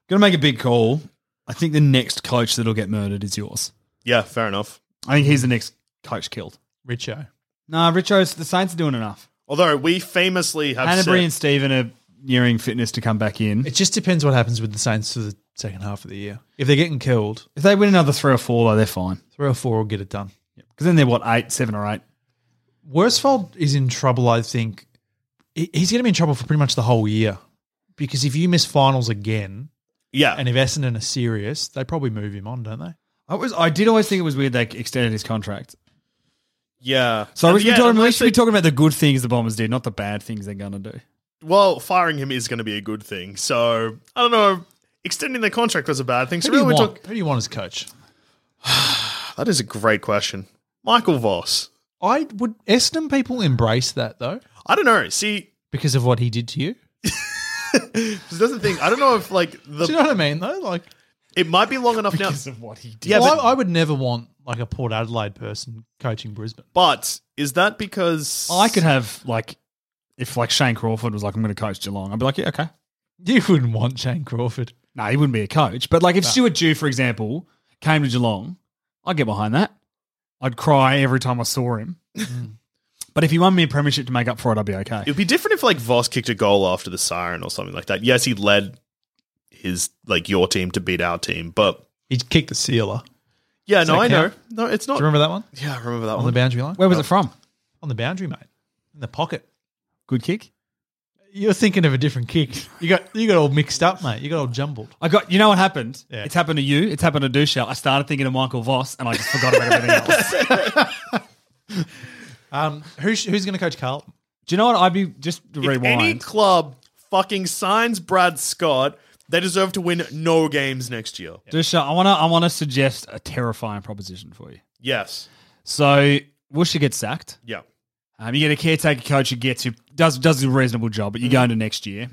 C: Gonna make a big call. I think the next coach that'll get murdered is yours.
A: yeah, fair enough.
C: I think he's the next coach killed.
B: Richo.
C: Nah, Richo's the Saints are doing enough.
A: Although we famously have said,
C: Hanbury and Stephen are nearing fitness to come back in.
B: It just depends what happens with the Saints for the second half of the year. If they're getting killed,
C: If they win another three or four, though, they're fine.
B: three or four will get it done.
C: Because then they're what eight, seven or eight.
B: Worsfold is in trouble, I think. He- He's going to be in trouble for pretty much the whole year because if you miss finals again
A: yeah,
B: and if Essendon are serious, they probably move him on, don't they?
C: I was, I did always think it was weird they extended his contract.
A: yeah.
C: So
A: And
C: we should,
A: yeah,
C: be talking, we
A: unless
C: should be
A: they-
C: talking about the good things the Bombers did, not the bad things they're gonna do.
A: well, firing him is going to be a good thing. So I don't know. Extending their contract was a bad thing.
B: Who
A: So
B: do, you
A: really, we
B: want?
A: talk-
B: Who do you want as coach?
A: that is a great question. Michael Voss.
B: I would Essendon people embrace that though
A: I don't know. See,
B: because of what he did to you.
A: 'cause that's the thing. I don't know if like the
B: Do you know what I mean though? Like,
A: it might be long enough now.
C: of what he did.
A: Yeah,
B: well,
A: but-
B: I, I would never want like a Port Adelaide person coaching Brisbane.
A: But is that because
C: I could have like if like Shane Crawford was like, I'm gonna coach Geelong, I'd be like, Yeah, okay.
B: You wouldn't want Shane Crawford.
C: No, he wouldn't be a coach. But like if Stuart Dew, for example, came to Geelong, I'd get behind that. I'd cry every time I saw him.
B: Mm.
C: but if he won me a premiership to make up for it, I'd be okay.
A: It would be different if like Voss kicked a goal after the siren or something like that. Yes, he led his like your team to beat our team, but
B: He'd kick the sealer.
A: yeah,
B: Does
A: no,
B: that
A: I know.
B: count?
A: No, it's
B: Do
A: not.
B: you remember that one
A: yeah, I remember that
B: on the
A: one.
B: boundary line?
C: Where was it from?
B: On the boundary, mate. In the pocket.
C: Good kick.
B: You're thinking of a different kick. You got you got all mixed up, mate. You got all jumbled.
C: I got you know what happened?
B: Yeah.
C: It's happened to you, it's happened to Dushel. I started thinking of Michael Voss and I just forgot about everything else.
B: Um, who's who's going to coach Carlton?
C: Do you know what I'd be just to
A: if any
C: rewind?
A: club fucking signs Brad Scott, they deserve to win no games next year.
C: Dushel, I wanna I wanna suggest a terrifying proposition for you.
A: Yes.
C: So Woosha gets sacked.
A: Yeah.
C: Um, you get a caretaker coach who gets who does does a reasonable job, but you
A: Mm.
C: go into next year.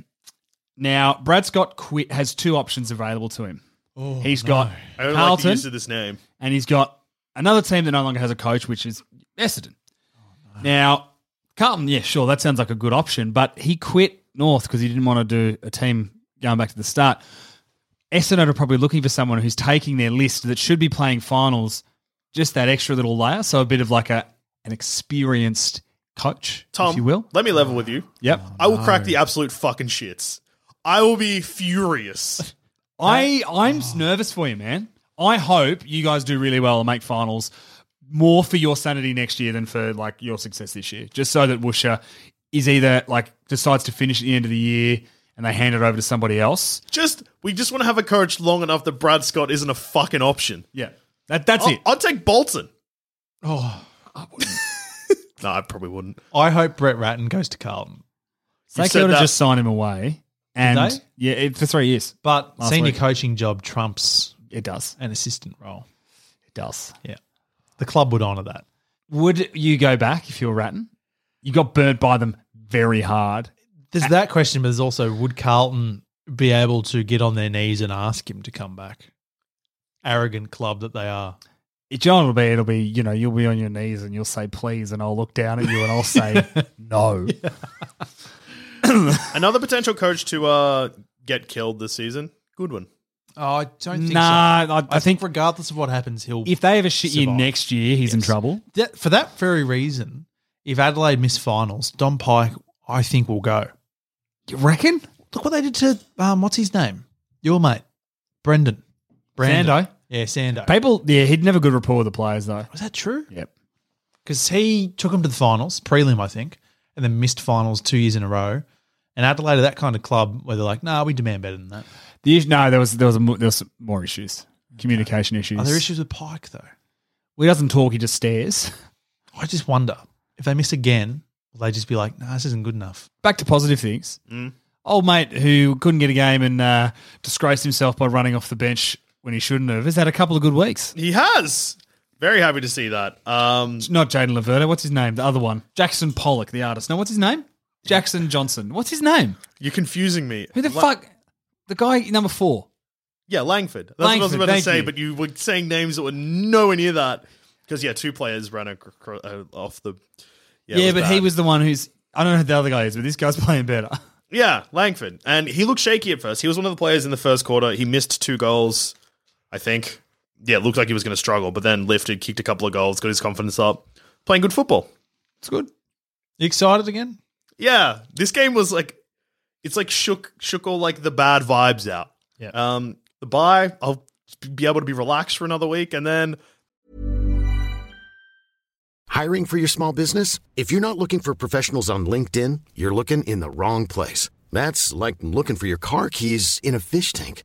C: Now Brad Scott quit has two options available to him.
B: Oh,
C: He's got
A: I don't like the
C: Carlton
A: use of this name.
C: and he's got another team that no longer has a coach, which is Essendon. Now Carlton, yeah, sure, that sounds like a good option, but he quit North because he didn't want to do a team going back to the start. Essendon are probably looking for someone who's taking their list that should be playing finals, just that extra little layer, so a bit of like a an experienced coach,
A: Tom,
C: if you will.
A: let me level with you.
C: Yep.
A: I will crack the absolute fucking shits. I will be furious.
C: I I'm nervous for you, man. I hope you guys do really well and make finals. More for your sanity next year than for like your success this year. Just so that Woosha is either like decides to finish at the end of the year and they hand it over to somebody else.
A: just we just want to have a coach long enough that Brad Scott isn't a fucking option.
C: Yeah, that that's
A: I'll,
C: it.
A: I'll take Bolton.
B: Oh,
A: No, I probably wouldn't.
B: I hope Brett Ratton goes to Carlton,
C: St
A: said
C: Kilda
A: that-
C: just signed him away, and
B: they?
C: yeah, it, for three years.
B: but
C: Last
B: senior
C: week.
B: coaching job trumps
C: It does.
B: an assistant role.
C: It does.
B: Yeah, the club would honour that.
C: Would you go back if you were Ratton? You got burnt by them very hard.
B: There's that question, but there's also would Carlton be able to get on their knees and ask him to come back. Arrogant club that they are.
C: It, John will be, it'll be, you know, you'll be on your knees and you'll say please, and I'll look down at you and I'll say no.
A: Another potential coach to uh, get killed this season. Goodwin.
B: Oh, I don't
C: think Nah, so. I- I
B: I, think
C: think-
B: regardless of what happens, he'll
C: If they have a shit year
B: Survive.
C: next year, he's in
B: Yes.
C: trouble.
B: that, for that very reason, if Adelaide miss finals, Don Pike, I think, will go.
C: You reckon?
B: Look what they did to um, what's his name, your mate, Brendan. Brando.
C: Sando.
B: Yeah, Sando.
C: People, yeah, he'd never good rapport with the players though.
B: Was that true?
C: Yep.
B: Because he took him to the finals, prelim, I think, and then missed finals two years in a row. And Adelaide, are that kind of club where they're like, nah, we demand better than that.
C: The issue, no, there was there was a, mo- there was more issues, communication issues.
B: Are there issues with Pike, though?
C: Well, he doesn't talk; he just stares.
B: I just wonder if they miss again, will they just be like, nah, this isn't good enough?
C: Back to positive things. Old mate who couldn't get a game and uh, disgraced himself by running off the bench when he shouldn't have has had a couple of good weeks.
A: He has. Very happy to see that. Um,
C: It's Not Jaden Laverta. What's his name? The other one, Jackson Pollock, the artist. No, what's his name? Jackson Johnson. What's his name?
A: you're confusing me.
C: Who the
A: La-
C: fuck? The guy number four.
A: Yeah, Langford. That's what I was
C: Langford,
A: about to
C: thank
A: say,
C: you.
A: but you were saying names that were nowhere near that. Because, yeah, two players ran ac- acro- uh, off the. Yeah, it
C: Yeah, but he
A: bad.
C: was the one who's. I don't know who the other guy is, but this guy's playing better.
A: Yeah, Langford. And he looked shaky at first. He was one of the players in the first quarter. He missed two goals, I think. Yeah, it looked like he was going to struggle, but then lifted, kicked a couple of goals, got his confidence up, playing good football.
B: It's good. You excited again?
A: Yeah, this game was like, it's like shook shook all like the bad vibes out.
B: Yeah.
A: Um, the bye, I'll be able to be relaxed for another week, and then
D: Hiring for your small business? If you're not looking for professionals on LinkedIn, you're looking in the wrong place. That's like looking for your car keys in a fish tank.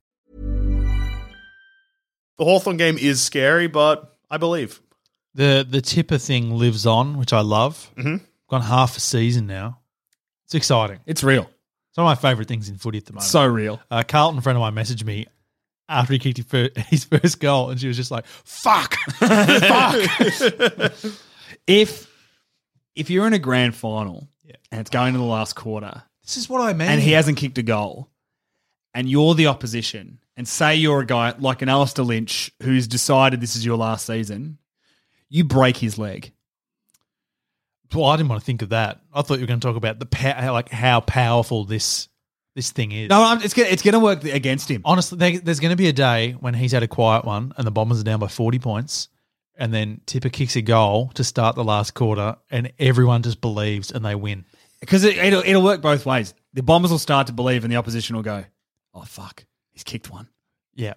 A: the Hawthorn game is scary, but I believe.
B: The the tipper thing lives on, which I love.
C: Mm-hmm.
A: Mhm.
B: Gone half a season now. It's exciting.
C: It's real.
B: It's one of my favourite things in footy at the moment.
C: So real.
B: uh, Carlton, a friend of mine, messaged me after he kicked his first, his first goal, and she was just like, "Fuck,
C: If if you're in a grand final and it's going to the last quarter
B: this is what I mean."
C: and he hasn't kicked a goal and you're the opposition and say you're a guy like an Alistair Lynch who's decided this is your last season, you break his leg.
B: Well, I didn't want to think of that. I thought you were going to talk about the pow- how, like how powerful this this thing is.
C: No, I'm, it's gonna, it's going to work against him.
B: honestly, there, there's going to be a day when he's had a quiet one, and the Bombers are down by 40 points, and then Tipper kicks a goal to start the last quarter, and everyone just believes and they win.
C: Because it, it'll, it'll work both ways. The Bombers will start to believe and the opposition will go, oh, fuck, he's kicked one.
B: Yeah,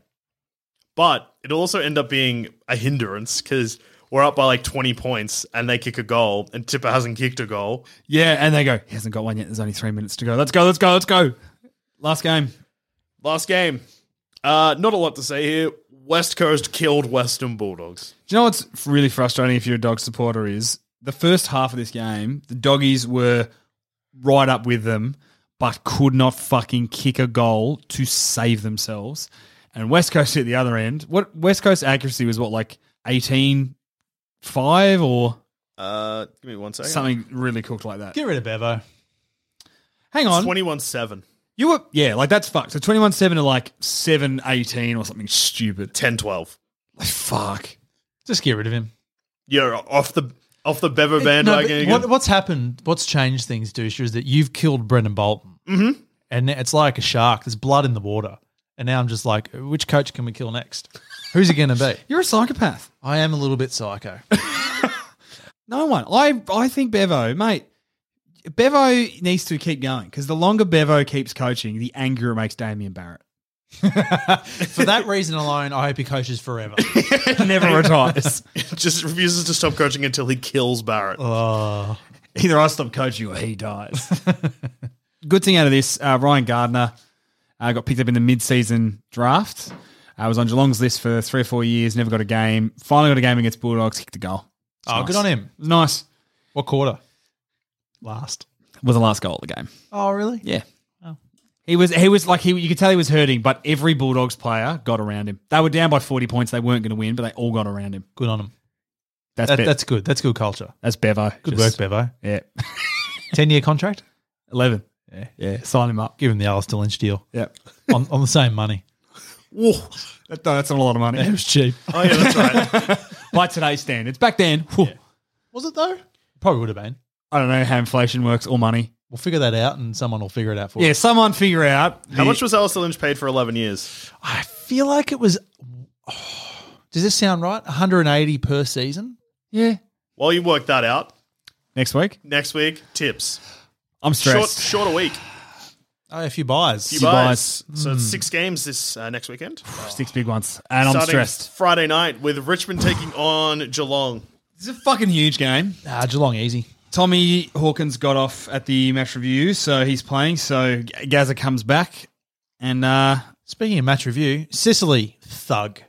A: But it'll also end up being a hindrance because we're up by like 20 points and they kick a goal and Tipper hasn't kicked a goal.
C: Yeah, and they go, he hasn't got one yet. There's only three minutes to go. Let's go, let's go, let's go. Last game.
A: Last game. Uh, not a lot to say here. West Coast killed Western Bulldogs.
C: Do you know what's f- really frustrating if you're a dog supporter is the first half of this game, the doggies were right up with them, but could not fucking kick a goal to save themselves. And West Coast at the other end, what West Coast accuracy was what, like 18 5 or
A: Uh, give me one second.
C: Something really cooked like that.
B: Get rid of Bevo.
C: Hang on.
A: Twenty-one seven.
C: You were yeah, like that's fucked. So twenty one seven to like seven eighteen or something stupid.
A: 10 12.
C: Like, fuck.
B: Just get rid of him.
A: You're off the off the Bevo
B: No,
A: bandwagon.
B: but
A: again.
B: what, what's happened? What's changed things, Douche, is that you've killed Brendan Bolton, mm-hmm. and it's like a shark. There's blood in the water, and now I'm just like, which coach can we kill next? Who's it going to be?
C: You're a psychopath.
B: I am a little bit psycho.
C: No one. I I think Bevo, mate. Bevo needs to keep going because the longer Bevo keeps coaching, the angrier it makes Damien Barrett.
B: For that reason alone, I hope he coaches forever.
C: Never retires.
A: Just refuses to stop coaching until he kills Barrett.
B: oh,
C: Either I stop coaching or he dies. Good thing out of this, uh, Ryan Gardner uh, got picked up in the mid-season draft. I was on Geelong's list for three or four years, never got a game. Finally got a game against Bulldogs, kicked a goal. It's
B: Oh, good on him.
C: It was nice.
B: what quarter? Last.
C: Was the last goal of the game.
B: Oh, really?
C: Yeah. He was he was like he you could tell he was hurting, but every Bulldogs player got around him. They were down by forty points. They weren't going to win, but they all got around him.
B: Good on him.
C: That's
B: That,
C: Be-
B: that's good. That's good culture.
C: that's Bevo.
B: Good
C: Just-
B: work, Bevo.
C: Yeah,
B: Ten year contract.
C: eleven. Yeah, yeah. Sign him up.
B: Give him the Alistair Lynch deal
C: Yeah,
B: on, on the same money.
C: Whoa. That- no, that's not a lot of money
B: It was cheap.
A: Oh, yeah, that's right.
C: by today's standards. Back then, whew,
B: Was it though? Probably would have been.
C: I don't know how inflation works or money.
B: We'll figure that out, and someone will figure it out for us.
C: Yeah, someone figure out
A: How
C: the-
A: much was Alistair Lynch paid for 11 years?
B: I feel like it was. oh, does this sound right? 180 per season.
C: Yeah,
A: While you work that out,
C: next week.
A: next week, tips.
C: I'm
A: Short,
C: stressed.
A: short a week.
B: Oh, a few buys.
A: Few
C: Few
A: buys.
C: buys.
A: So it's six games this uh, next weekend.
C: Six big ones, and I'm
A: Starting
C: stressed.
A: Friday night with Richmond taking on Geelong.
C: This is a fucking huge game.
B: Ah, Geelong easy.
C: Tommy Hawkins got off at the match review, so he's playing. So Gaza comes back, and uh,
B: Speaking of match review, Sicily thug.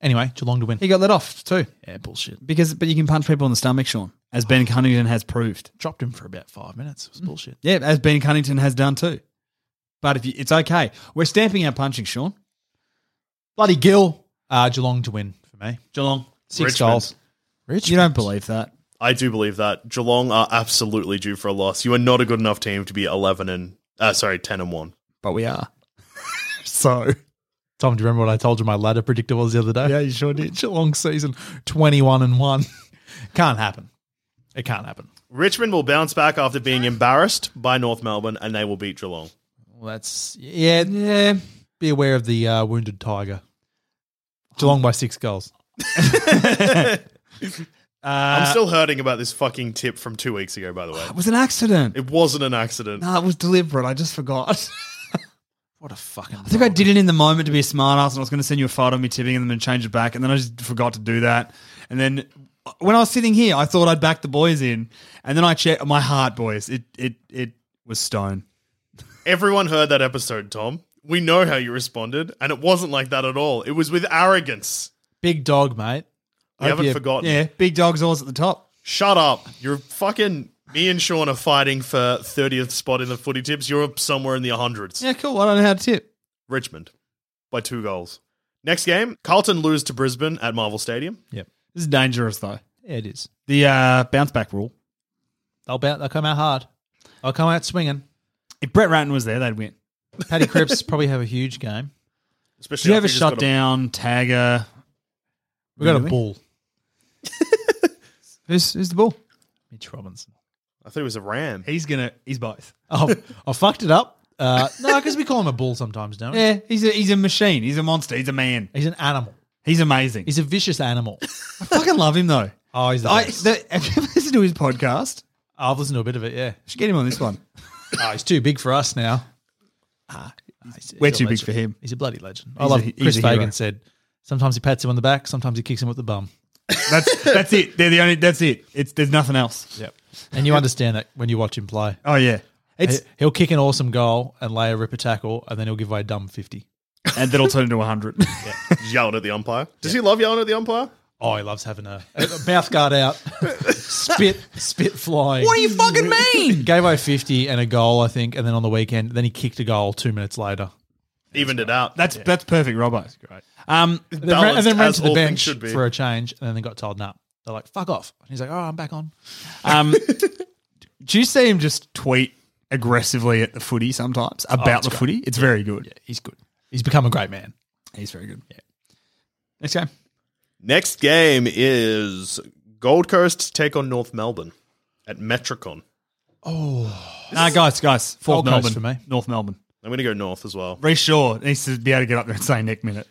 B: Anyway, Geelong to win.
C: he got let off too
B: Yeah, bullshit.
C: because. But you can punch people in the stomach, Sean, as Ben Cunnington has proved. Mm-hmm.
B: Dropped him for about five minutes. It was bullshit.
C: Yeah, as Ben Cunnington has done too. But if you, it's okay, we're stamping our punching, Sean.
B: Bloody Gill. Uh, Geelong to win for me.
C: Geelong,
B: Six
A: Richmond.
B: goals. Rich,
C: you don't believe that?
A: I do believe that Geelong are absolutely due for a loss. You are not a good enough team to be 11 and uh, sorry, 10 and 1.
C: but we are. so
B: Tom, do you remember what I told you my ladder predictor was the other day? Yeah, you sure did. Geelong season 21 and 1. can't happen. It can't happen.
A: Richmond will bounce back after being embarrassed by North Melbourne and they will beat Geelong.
B: Well, that's yeah, yeah. Be aware of the uh, wounded tiger. Geelong by six goals.
A: I'm still hurting about this fucking tip from two weeks ago, by the way.
C: it was an accident.
A: It wasn't an accident.
C: No, it was deliberate. I just forgot.
B: What a fucking!
C: I think I did it in the moment to be a smart ass and I was going to send you a photo of me tipping and then change it back. And then I just forgot to do that. And then uh, when I was sitting here, I thought I'd back the boys in. And then I checked my heart, boys. It it it was stone.
A: Everyone heard that episode, Tom. We know how you responded, and it wasn't like that at all. It was with arrogance.
B: big dog, mate.
A: We haven't forgotten.
C: Yeah, big dog's always at the top.
A: Shut up. You're fucking. Me and Sean are fighting for 30th spot in the footy tips. You're up somewhere in the 100s.
C: Yeah, cool. I don't know how to tip.
A: Richmond by two goals. Next game, Carlton lose to Brisbane at Marvel Stadium.
B: Yep,
C: This is dangerous though.
B: yeah, it is.
C: The uh, bounce back rule.
B: They'll bounce. They'll come out hard. They'll come out swinging.
C: If Brett Ratton was there, they'd win.
B: Paddy Cripps probably have a huge game.
A: Especially
C: Do you have
A: after
C: a
A: just got
C: shutdown, tagger?
B: We got a
C: Really?
B: ball.
C: Who's who's the ball?
B: Mitch Robinson.
A: I thought it was a ram.
C: He's gonna. He's both.
B: Oh, I fucked it up. Uh, no, because we call him a bull sometimes, don't we?
C: Yeah, he's a he's a machine. He's a monster. He's a man.
B: He's an animal.
C: He's amazing.
B: He's a vicious animal.
C: I fucking love him though.
B: Oh, he's the
C: I,
B: best.
C: the, have you ever listened to his podcast?
B: I've listened to a bit of it. Yeah,
C: Should get him on this one.
B: oh, he's too big for us now. Ah,
C: We're
B: He's a
C: too big
B: legend.
C: for him.
B: He's a bloody legend. I
C: He's
B: love
C: a- he's
B: Chris
C: a hero.
B: Fagan said sometimes he pats him on the back, sometimes he kicks him with the bum.
C: That's that's it. They're the only. That's it. It's there's nothing else.
B: Yep. And you understand that when you watch him play.
C: Oh yeah. It's
B: He- He'll kick an awesome goal and lay a ripper tackle, and then he'll give away a dumb 50.
C: and that'll turn into hundred.
A: Yelling at the umpire. Does he love yelling at the umpire?
B: Oh, he loves having a, a mouth guard out, spit, spit flying.
C: What do you fucking mean?
B: Gave away 50 and a goal, I think, and then on the weekend, then he kicked a goal two minutes later.
A: Evened it out.
C: That's that's perfect, Robbo. Great. Um,
B: And then, ran, and then ran
A: as
B: to the
A: all things
B: bench
A: should be.
B: for a change, and then they got told, nah, They're like, fuck off. And he's like, oh, I'm back on.
C: Um, do you see him just tweet aggressively at the footy sometimes about the footy? Oh, It's very good.
B: He's good. He's become a great man.
C: He's very good. Yeah. Next game.
A: Next game is Gold Coast take on North Melbourne at Metricon.
C: Nah, guys, guys. Fourth
B: Gold
C: Melbourne.
B: Coast for me.
C: North Melbourne.
A: I'm going to go North as well.
C: Reece Shaw needs to be able to get up there and say Nick minute.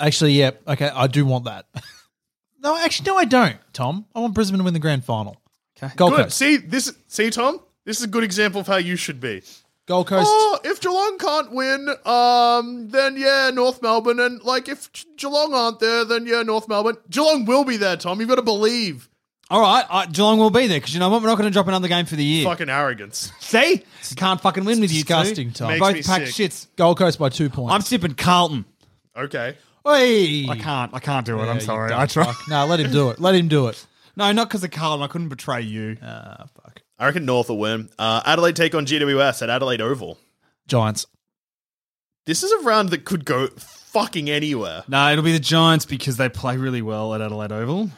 B: Actually, yeah. Okay, I do want that. no, actually, no, I don't, Tom. I want Brisbane to win the grand final. Okay. Gold
A: Good.
B: Coast.
A: See this. See Tom. This is a good example of how you should be.
B: Gold Coast.
A: Oh, if Geelong can't win, um, then yeah, North Melbourne. And like, if Ge- Geelong aren't there, then yeah, North Melbourne. Geelong will be there, Tom. You've got to believe.
C: All right, uh, Geelong will be there because you know what? We're not going to drop another game for the year.
A: Fucking arrogance.
C: See, can't fucking win with you. two.
B: disgusting, Tom.
A: Makes me
C: Both pack
A: sick.
C: shits.
B: Gold Coast by two
C: I'm
B: points.
C: sipping Carlton.
A: Okay.
B: Oi!
C: I can't. I can't do it.
B: Yeah,
C: I'm
B: you
C: sorry.
B: dumb
C: I tried.
B: fuck. No, let him do it. Let him do it.
C: No, not because of Carlton. I couldn't betray you. Ah,
A: I reckon North will win. Uh, Adelaide take on GWS at Adelaide Oval.
B: Giants.
A: This is a round that could go fucking anywhere.
C: No, it'll be the Giants because they play really well at Adelaide Oval.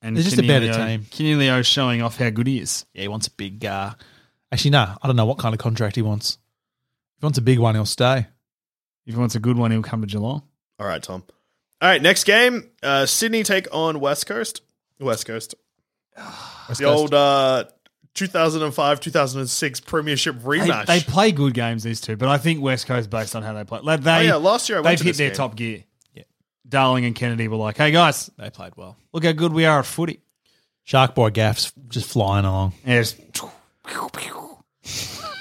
C: And
B: They're just a better team.
C: Kinelio showing off how good he is.
B: Yeah, he wants a big. Uh, actually, no. I don't know what kind of contract he wants. If he wants a big one, he'll stay.
C: If he wants a good one, he'll come to Geelong.
A: All right, Tom. All right, next game. Uh, Sydney take on West Coast. West Coast.
B: West
A: the
B: Coast.
A: old uh, 2005 2006 Premiership
C: They,
A: rematch.
C: they play good games, these two, but I think West Coast based on how they play. Like, they,
A: Oh, yeah, last year I went
C: they've
A: to
C: hit
A: this
C: their
A: game.
C: top gear. Darling and Kennedy were like, hey, guys,
B: They played well.
C: look how good we are at footy.
B: Shark Boy Gaff's just flying along.
C: Yeah, just-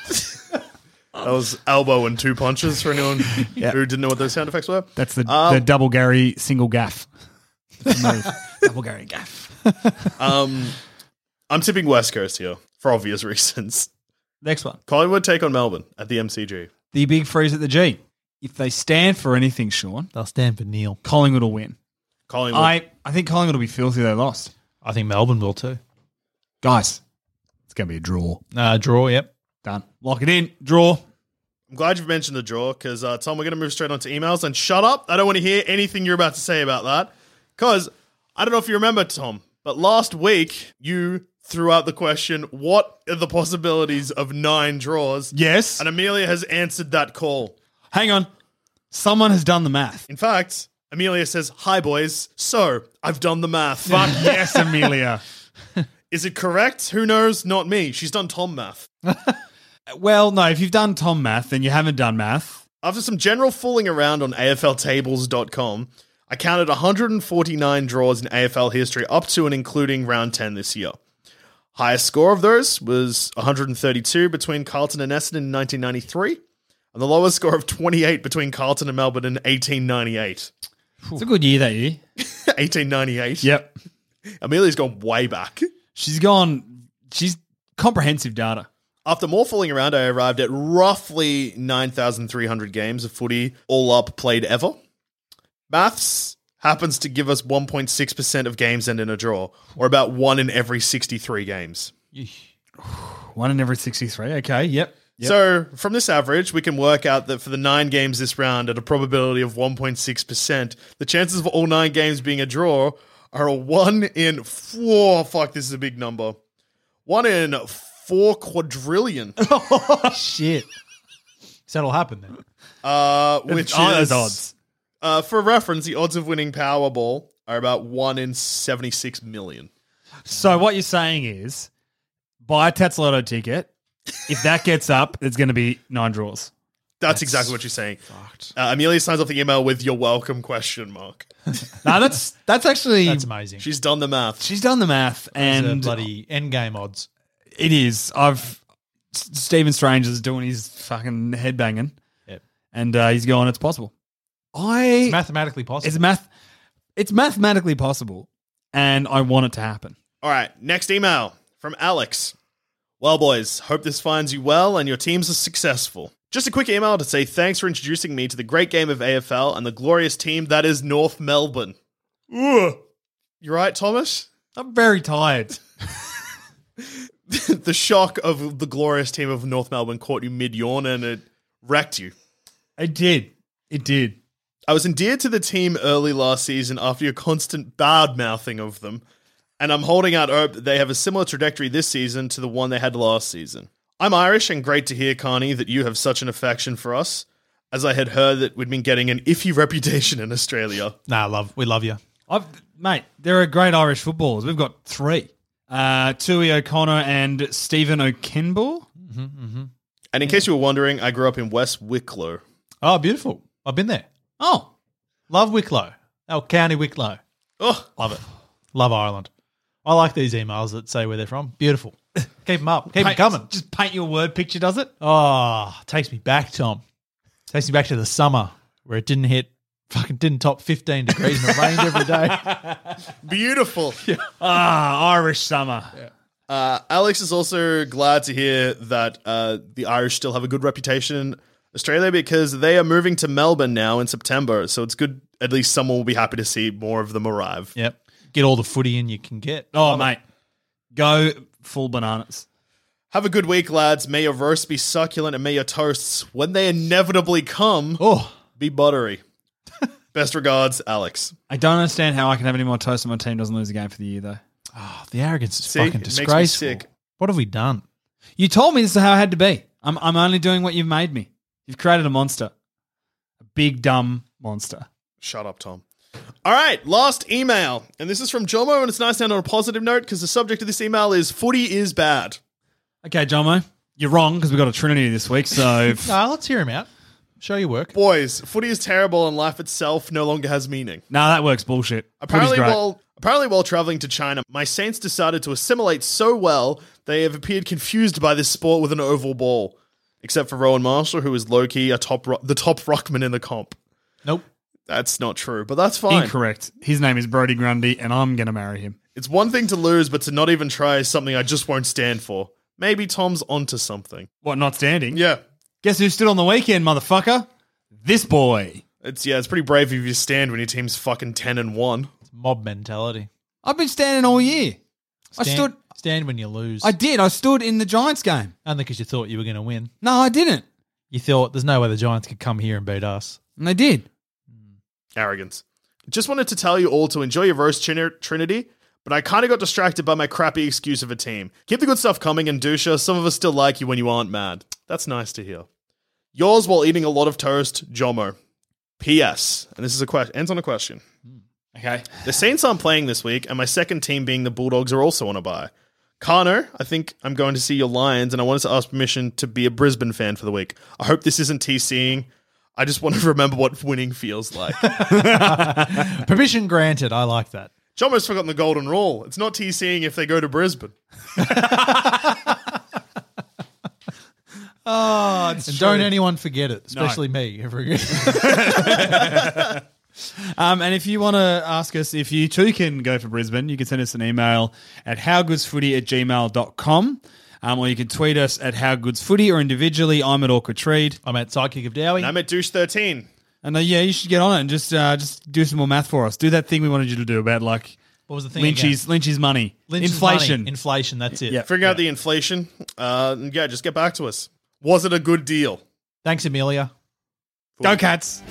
A: that was elbow and two punches for anyone who didn't know what those sound effects were.
C: that's the,
A: Um,
C: the double Gary single gaff. double Gary gaff.
A: Um, I'm tipping West Coast here for obvious reasons.
C: Next one.
A: Collingwood take on Melbourne at the MCG.
C: The big freeze at the G. If they stand for anything, Sean,
B: They'll stand for Neil.
C: Collingwood will win.
A: Collingwood.
C: I, I think Collingwood will be filthy. They lost.
B: I think Melbourne will too.
C: Guys, it's going to be a draw.
B: Uh, draw, yep.
C: Done. Lock it in. Draw.
A: I'm glad you've mentioned the draw because, uh, Tom, we're going to move straight on to emails and shut up. I don't want to hear anything you're about to say about that because I don't know if you remember, Tom, but last week you threw out the question what are the possibilities of nine draws?
C: Yes.
A: And Amelia has answered that call.
C: Hang on. Someone has done the math.
A: In fact, Amelia says, Hi, boys. So, I've done the math.
C: Fuck yes, Amelia.
A: Is it correct? Who knows? Not me. She's done Tom math.
C: Well, no, if you've done Tom math, then you haven't done math.
A: After some general fooling around on AFLtables.com, I counted 149 draws in AFL history up to and including round 10 this year. Highest score of those was 132 between Carlton and Essendon in 1993, and the lowest score of 28 between Carlton and Melbourne in 1898.
C: It's a good year that year.
A: 1898.
C: Yep.
A: Amelia's gone way back.
C: She's gone. She's comprehensive data.
A: After more fooling around, I arrived at roughly 9,300 games of footy, all up played ever. Maths happens to give us 1.6% of games end in a draw, or about one in every 63 games.
C: One in every 63. Okay. Yep. yep.
A: So, from this average, we can work out that for the nine games this round, at a probability of 1.6%, the chances of all nine games being a draw are a one in four. Fuck, this is a big number. One in four quadrillion.
B: Shit. so that'll happen then.
A: Uh, which
C: aren't
A: is
C: those odds.
A: Uh, for reference, the odds of winning Powerball are about one in seventy-six million.
C: So what you're saying is, buy a Tats Lotto ticket. If that gets up, it's going to be nine draws.
A: That's, exactly what you're saying. Uh, Amelia signs off the email with "You're welcome?" question mark.
C: No, that's that's actually
B: That's amazing.
A: She's done the math.
C: she's done the math
B: Those are
C: and
B: bloody end game odds.
C: it is. I've S- Stephen Strange is doing his fucking head banging,
B: Yep.
C: and uh, he's going. It's possible. I
B: It's mathematically possible.
C: it's math. It's mathematically possible, and I want it to happen.
A: All right, next email from Alex. Well, boys, hope this finds you well and your teams are successful. Just a quick email to say thanks for introducing me to the great game of AFL and the glorious team that is North Melbourne. Ugh. You right, Thomas?
C: I'm very tired.
A: the shock of the glorious team of North Melbourne caught you mid yawn and it wrecked you.
C: It did. It did.
A: I was endeared to the team early last season after your constant bad mouthing of them, and I'm holding out hope that they have a similar trajectory this season to the one they had last season. I'm Irish, and great to hear, Carney, that you have such an affection for us, as I had heard that we'd been getting an iffy reputation in Australia.
B: Nah, love. We love you.
C: I've, mate, there are great Irish footballers. We've got three. Uh, Tui O'Connor and Stephen O'Kenball.
A: And in case you were wondering, I grew up in West Wicklow.
B: Oh, beautiful. I've been there.
C: Oh,
B: Love Wicklow. Oh, County Wicklow.
A: Oh,
B: Love it. Love Ireland. I like these emails that say where they're from. Beautiful. Keep them up. Keep them
C: paint-
B: coming.
C: Just paint your word picture, does it?
B: Oh, takes me back, Tom. Takes me back to the summer where it didn't hit, fucking didn't top 15 degrees and it rained every day.
A: beautiful.
C: Ah, Irish summer.
A: Uh, Alex is also glad to hear that uh, the Irish still have a good reputation in Australia because they are moving to Melbourne now in September. So it's good. At least someone will be happy to see more of them arrive.
B: Yep. Get all the footy in you can get.
C: Oh, mate, go full bananas.
A: Have a good week, lads. May your roast be succulent and may your toasts, when they inevitably come,
B: Oh,
A: be buttery. Best regards, Alex.
C: I don't understand how I can have any more toast and my team doesn't lose a game for the year, though.
B: oh, the arrogance is
A: See,
B: fucking
A: it makes me
B: disgraceful.
A: sick.
B: What have we done?
C: You told me this is how it had to be. I'm, I'm only doing what you've made me. You've created a monster, a big dumb monster.
A: Shut up, Tom. All right, last email. And this is from Jomo, and it's nice to end on a positive note because the subject of this email is footy is bad.
C: Okay, Jomo, you're wrong because we got a Trinity this week. So
B: No, let's hear him out. Show your work.
A: Boys, footy is terrible and life itself no longer has meaning.
C: nah, that works. Bullshit.
A: Apparently,
C: Footy's great.
A: while apparently while traveling to China, my Saints decided to assimilate so well they have appeared confused by this sport with an oval ball, except for Rowan Marshall, who is low key a top ro- the top ruckman in the comp.
B: Nope.
A: That's not true, but that's fine.
C: incorrect. His name is Brody Grundy, and I'm gonna marry him.
A: It's one thing to lose, but to not even try is something I just won't stand for. Maybe Tom's onto something.
C: What? Not standing?
A: Yeah,
C: Guess who stood on the weekend, motherfucker? This boy.
A: it's yeah, it's pretty brave if you stand when your team's fucking ten and one.
B: It's mob mentality.
C: I've been standing all year. I
B: Stand,
C: stood.
B: stand when you lose.
C: I did. I stood in the Giants game.
B: Only because you thought you were going to win.
C: No, I didn't,
B: You thought there's no way the Giants could come here and beat us.
C: and they did.
A: Arrogance. Just wanted to tell you all to enjoy your roast Trin- Trinity, but I kind of got distracted by my crappy excuse of a team. Keep the good stuff coming, and Dusha, some of us still like you when you aren't mad. That's nice to hear. Yours while eating a lot of toast, Jomo. P.S. And this is a question. Ends on a question.
C: Okay.
A: The Saints aren't playing this week, and my second team being the Bulldogs are also on a bye. Carno, I think I'm going to see your Lions, and I wanted to ask permission to be a Brisbane fan for the week. I hope this isn't TCing. I just want to remember what winning feels like.
B: Permission granted. I like that.
A: Jomo's forgotten the golden rule. It's not TCing if they go to Brisbane.
B: Oh, and don't anyone forget it, especially me.
C: Um, and if you want to ask us if you too can go for Brisbane, you can send us an email at howgoodsfooty at gmail.com. Um, or you can tweet us at howgoodsfooty or individually. I'm at awkward treed.
B: I'm at Psychic of Dowie.
A: And I'm at douche 13.
C: And uh, yeah, you should get on it and just uh, just do some more math for us. Do that thing we wanted you to do about like
B: what was the thing?
C: Lynch's Lynch's money,
B: again? Lynch's
C: inflation.
B: money. Inflation. That's it.
C: Yeah.
A: Figuring out the inflation. Uh, and yeah, just get back to us. Was it a good deal?
B: Thanks, Amelia.
C: Go cats.